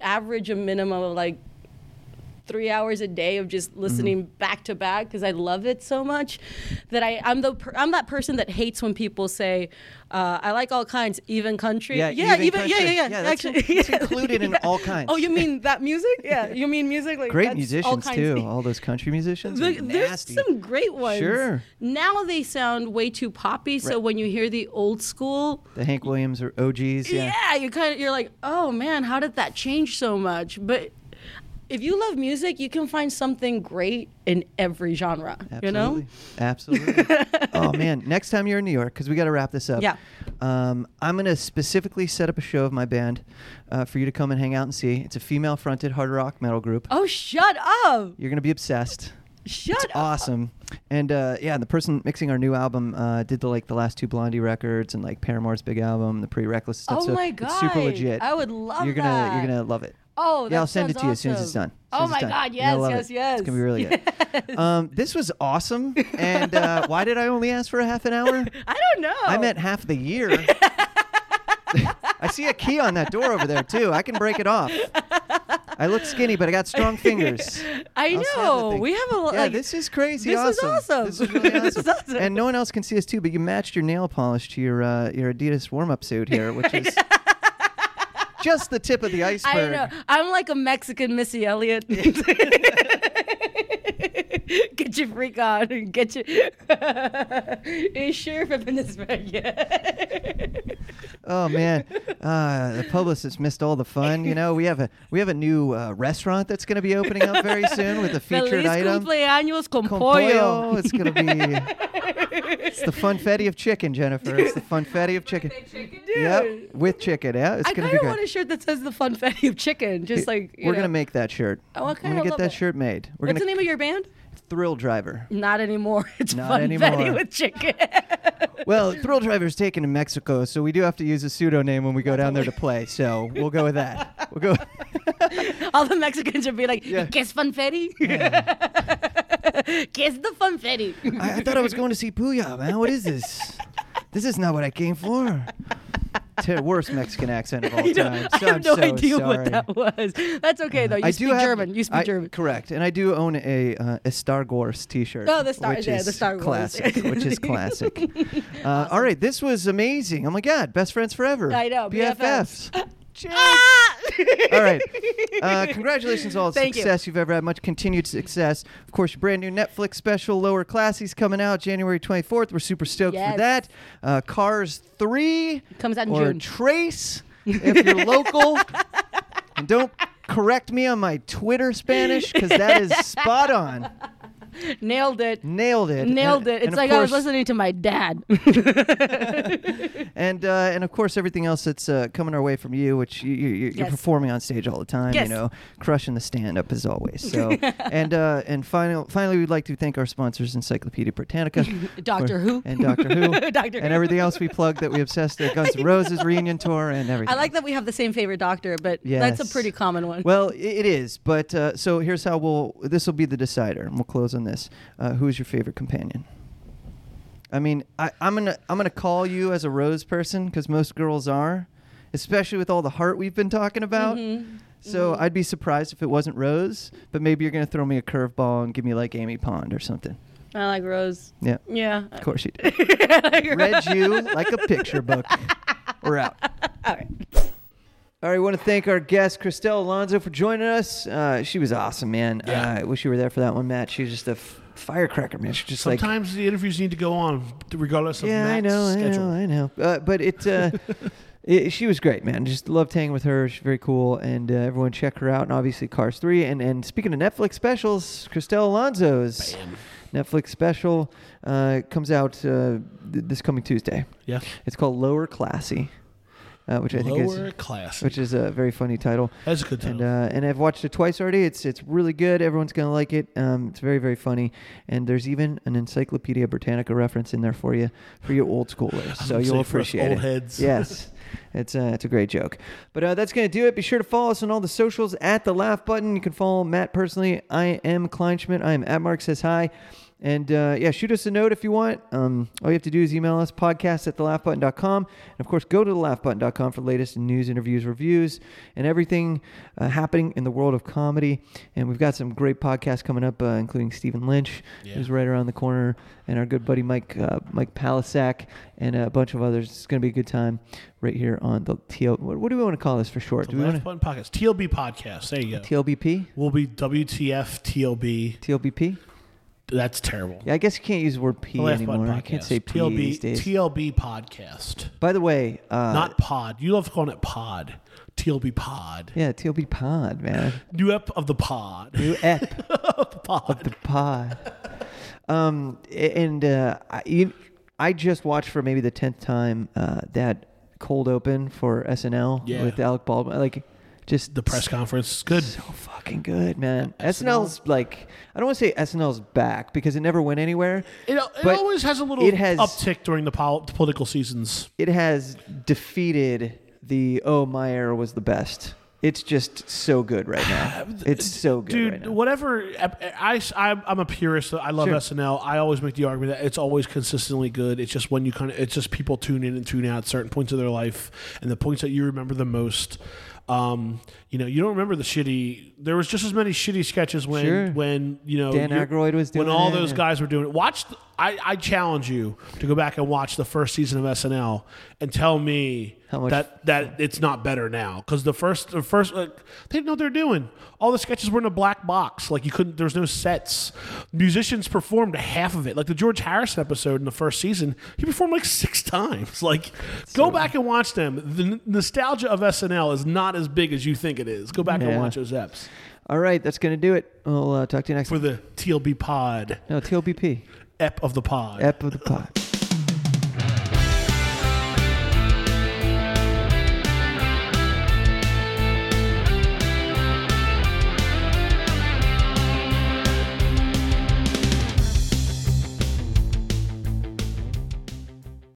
average a minimum of like three hours a day of just listening
Mm-hmm.
back to back because I love it so much that I I'm the per, I'm that person that hates when people say uh, I like all kinds, even country.
Yeah, even country.
yeah, yeah, yeah.
Yeah, that's
actually,
in- it's
yeah.
included in all kinds.
Oh, you mean that music? Yeah, you mean music like
Great
that's all
musicians
kinds.
too. All those country musicians. are
There- there's
nasty.
some great ones.
Sure.
Now they sound way too poppy. So
Right.
when you hear the old school,
the Hank Williams or OGs. Yeah.
yeah, you kind of you're like, oh man, how did that change so much? But if you love music, you can find something great in every genre.
Absolutely.
You know,
Absolutely. oh man, next time you're in New York, because we got to wrap this up.
Yeah.
Um, I'm gonna specifically set up a show of my band uh, for you to come and hang out and see. It's a female-fronted hard rock metal group.
oh shut up.
You're gonna be obsessed.
Shut
it's
up.
awesome. And uh, yeah, the person mixing our new album uh, did the like the last two Blondie records and like Paramore's big album, the Pretty Reckless stuff.
Oh
so
my
it's super
God.
legit.
I would love
you're gonna,
that.
You're gonna love it.
Oh,
yeah,
that
I'll send it to you as soon as it's done.
sounds
As soon as
awesome.
it's
Oh my
done.
God,
You're gonna
yes,
love
yes,
it.
yes.
It's gonna be really good. Um, this was awesome. And uh, why did I only ask for a half an hour?
I don't know.
I meant half the year. I see a key on that door over there too. I can break it off. I look skinny, but I got strong fingers.
I
I'll snap the
know.
thing.
We have a lot.
Yeah,
like,
this is crazy.
this is
awesome.
awesome.
This is really awesome.
This is awesome.
And no one else can see us too, but you matched your nail polish to your uh, your Adidas warm up suit here, which is just the tip of the iceberg.
I know. I'm like a Mexican Missy Elliott. get your freak on and get your. Is sheriff up in this bed? Yeah.
Oh man, uh, the publicist missed all the fun. You know, we have a we have a new uh, restaurant that's going to be opening up very soon with a featured
Feliz
item.
cumpleaños con,
Con
pollo.
pollo. It's gonna be. it's the funfetti of chicken, Jennifer. It's the funfetti of chicken. Yep, with chicken. Yeah, it's
I
gonna
kind
be
of
good.
want a shirt that says the funfetti of chicken. Just like you
We're
know.
gonna make that shirt.
Oh, I
I'm
kinda
gonna get
love
that
it.
shirt made. We're
What's the
gonna
name of your band?
Thrill Driver.
Not anymore. It's
Not
funfetti
anymore.
with chicken.
Well, Thrill Driver's taken to Mexico, so we do have to use a pseudonym when we go down there to play. So we'll go with that. We'll go.
All the Mexicans would be like,
Yeah.
"Kiss funfetti, kiss the funfetti."
I, I thought I was going to see Puya, man. What is this? This is not what I came for. Ter- worst Mexican accent of all
You know,
time.
I
So
have
I'm
no
oh, so
idea
sorry. Uh,
what that was. That's okay though. You
I
speak
do have-
German. You speak
I-
German.
Correct, and I do own a uh, a Star Wars T-shirt.
Oh, the Star-
which
yeah,
is
the Star Wars.
classic, which is classic. Uh, All right, this was amazing. Oh my God, best friends forever.
I know,
BFFs.
BFFs.
Cheers.
Ah!
All right. Uh, congratulations, all the
Thank you.
success you. have ever had. Much continued success. Of course, your brand new Netflix special, Lower Classies, coming out January 24th. We're super stoked for
Yes.
that. Uh, Cars 3
Comes out in
or
June.
Trace, if you're local. And don't correct me on my Twitter Spanish because that is spot on.
Nailed it.
Nailed it.
Nailed
And-
it.
and
It's
of
like I was
course-
listening to my dad.
and uh, and of course everything else that's uh, coming our way from you, which you, you, you're
Yes.
performing on stage all the time,
Yes.
you know, crushing the stand up as always. So and uh, and final, finally, we'd like to thank our sponsors, Encyclopedia Britannica, for-
Doctor Who.
and Doctor Who,
Doctor
and
Who.
everything else we plug that we obsessed the Guns N' Roses reunion tour and everything.
I like that we have the same favorite doctor, but that's
Yes.
a pretty common one.
Well, i- it is, but uh, so here's how we'll. This will be the decider, and we'll close on this. Uh, who is your favorite companion? I mean, I, I'm gonna I'm gonna call you as a rose person because most girls are, especially with all the heart we've been talking about. So I'd be surprised if it wasn't Rose, but maybe you're gonna throw me a curveball and give me like Amy Pond or something.
I like Rose.
Yeah,
Yeah.
of course you do. Read you like a picture book. We're out.
All right.
All right, I want to thank our guest, Christelle Alonso, for joining us. Uh, she was awesome, man. Uh, I wish you were there for that one, Matt. She was just a f- firecracker, man. She just like.
Sometimes the interviews need to go on, regardless of
Yeah, I
Matt's
know, I
schedule.
know, I know. Uh, but it, uh, it, she was great, man. Just loved hanging with her. She's very cool, and uh, everyone check her out. And obviously, Cars Three. And and speaking of Netflix specials, Christelle Alonso's Netflix special uh, comes out uh, th- this coming Tuesday.
Yeah.
It's called Lower Classy, uh, which I think is
Lower class.
which is a very funny title.
That's a good
And
title.
uh, and I've watched it twice already. It's it's really good. Everyone's gonna like it. Um, it's very very funny. And there's even an Encyclopedia Britannica reference in there for you for you old schoolers. so
gonna say
you'll
for us
appreciate
old
it.
heads.
Yes. It's a, it's a great joke. But uh, that's going to do it. Be sure to follow us on all the socials at the laugh button. You can follow Matt personally. I am Kleinschmidt. I am at Mark Says Hi. And uh, yeah, shoot us a note if you want. Um, all you have to do is email us podcast at thelaughbutton.com. And of course, go to thelaughbutton.com for the latest news, interviews, reviews, and everything uh, happening in the world of comedy. And we've got some great podcasts coming up, uh, including Stephen Lynch,
Yeah.
who's right around the corner, and our good buddy Mike uh, Mike Palisak, and a bunch of others. It's going to be a good time right here on the TL. What, what do we want to call this for short?
The
do we
Left
want
Button Podcast. TLB Podcast. There you go.
to TLBP?
we'll be WTF TLB.
TLBP?
That's terrible.
Yeah, I guess you can't use the word P
The Laugh
anymore.
Button
I can't
Podcast.
say P
TLB,
these days.
TLB Podcast.
By the way, uh,
Not pod. You love calling it pod. TLB pod.
yeah, TLB Pod, man.
New ep of the pod.
New ep
pod.
the pod. Um, a- and uh, I, you, I just watched for maybe the tenth time uh, that cold open for SNL
Yeah.
with Alec Baldwin. Like, Just
The press conference, good.
so fucking good, man. SNL's like I don't want to say SNL's back because it never went anywhere.
It, it
but
always has a little
it has-
uptick during the, pol- the political seasons.
It has defeated the oh my era was the best. It's just so good right now. It's so good
Dude,
right now.
whatever. I, I, am a purist. I love
Sure.
SNL. I always make the argument that it's always consistently good. It's just when you kind of, it's just people tune in and tune out at certain points of their life and the points that you remember the most. Um, you know, you don't remember the shitty. There was just as many shitty sketches when,
Sure.
when you know,
Dan
you're-
Aykroyd was
when
doing
all
it,
those
or-
guys were doing it. Watch. th- I, I challenge you to go back and watch the first season of SNL and tell me
How much-
that that it's not better now because the first the first like, they didn't know what they're doing all the sketches were in a black box like you couldn't there was no sets musicians performed half of it like the george harrison episode in the first season he performed like six times like go back and watch them the n- nostalgia of snl is not as big as you think it is go back
Yeah.
and watch those eps
All right, that's gonna do it. We'll uh, talk to you next.
for the tlb pod
no, TLBP.
ep of the pod
Ep of the pod.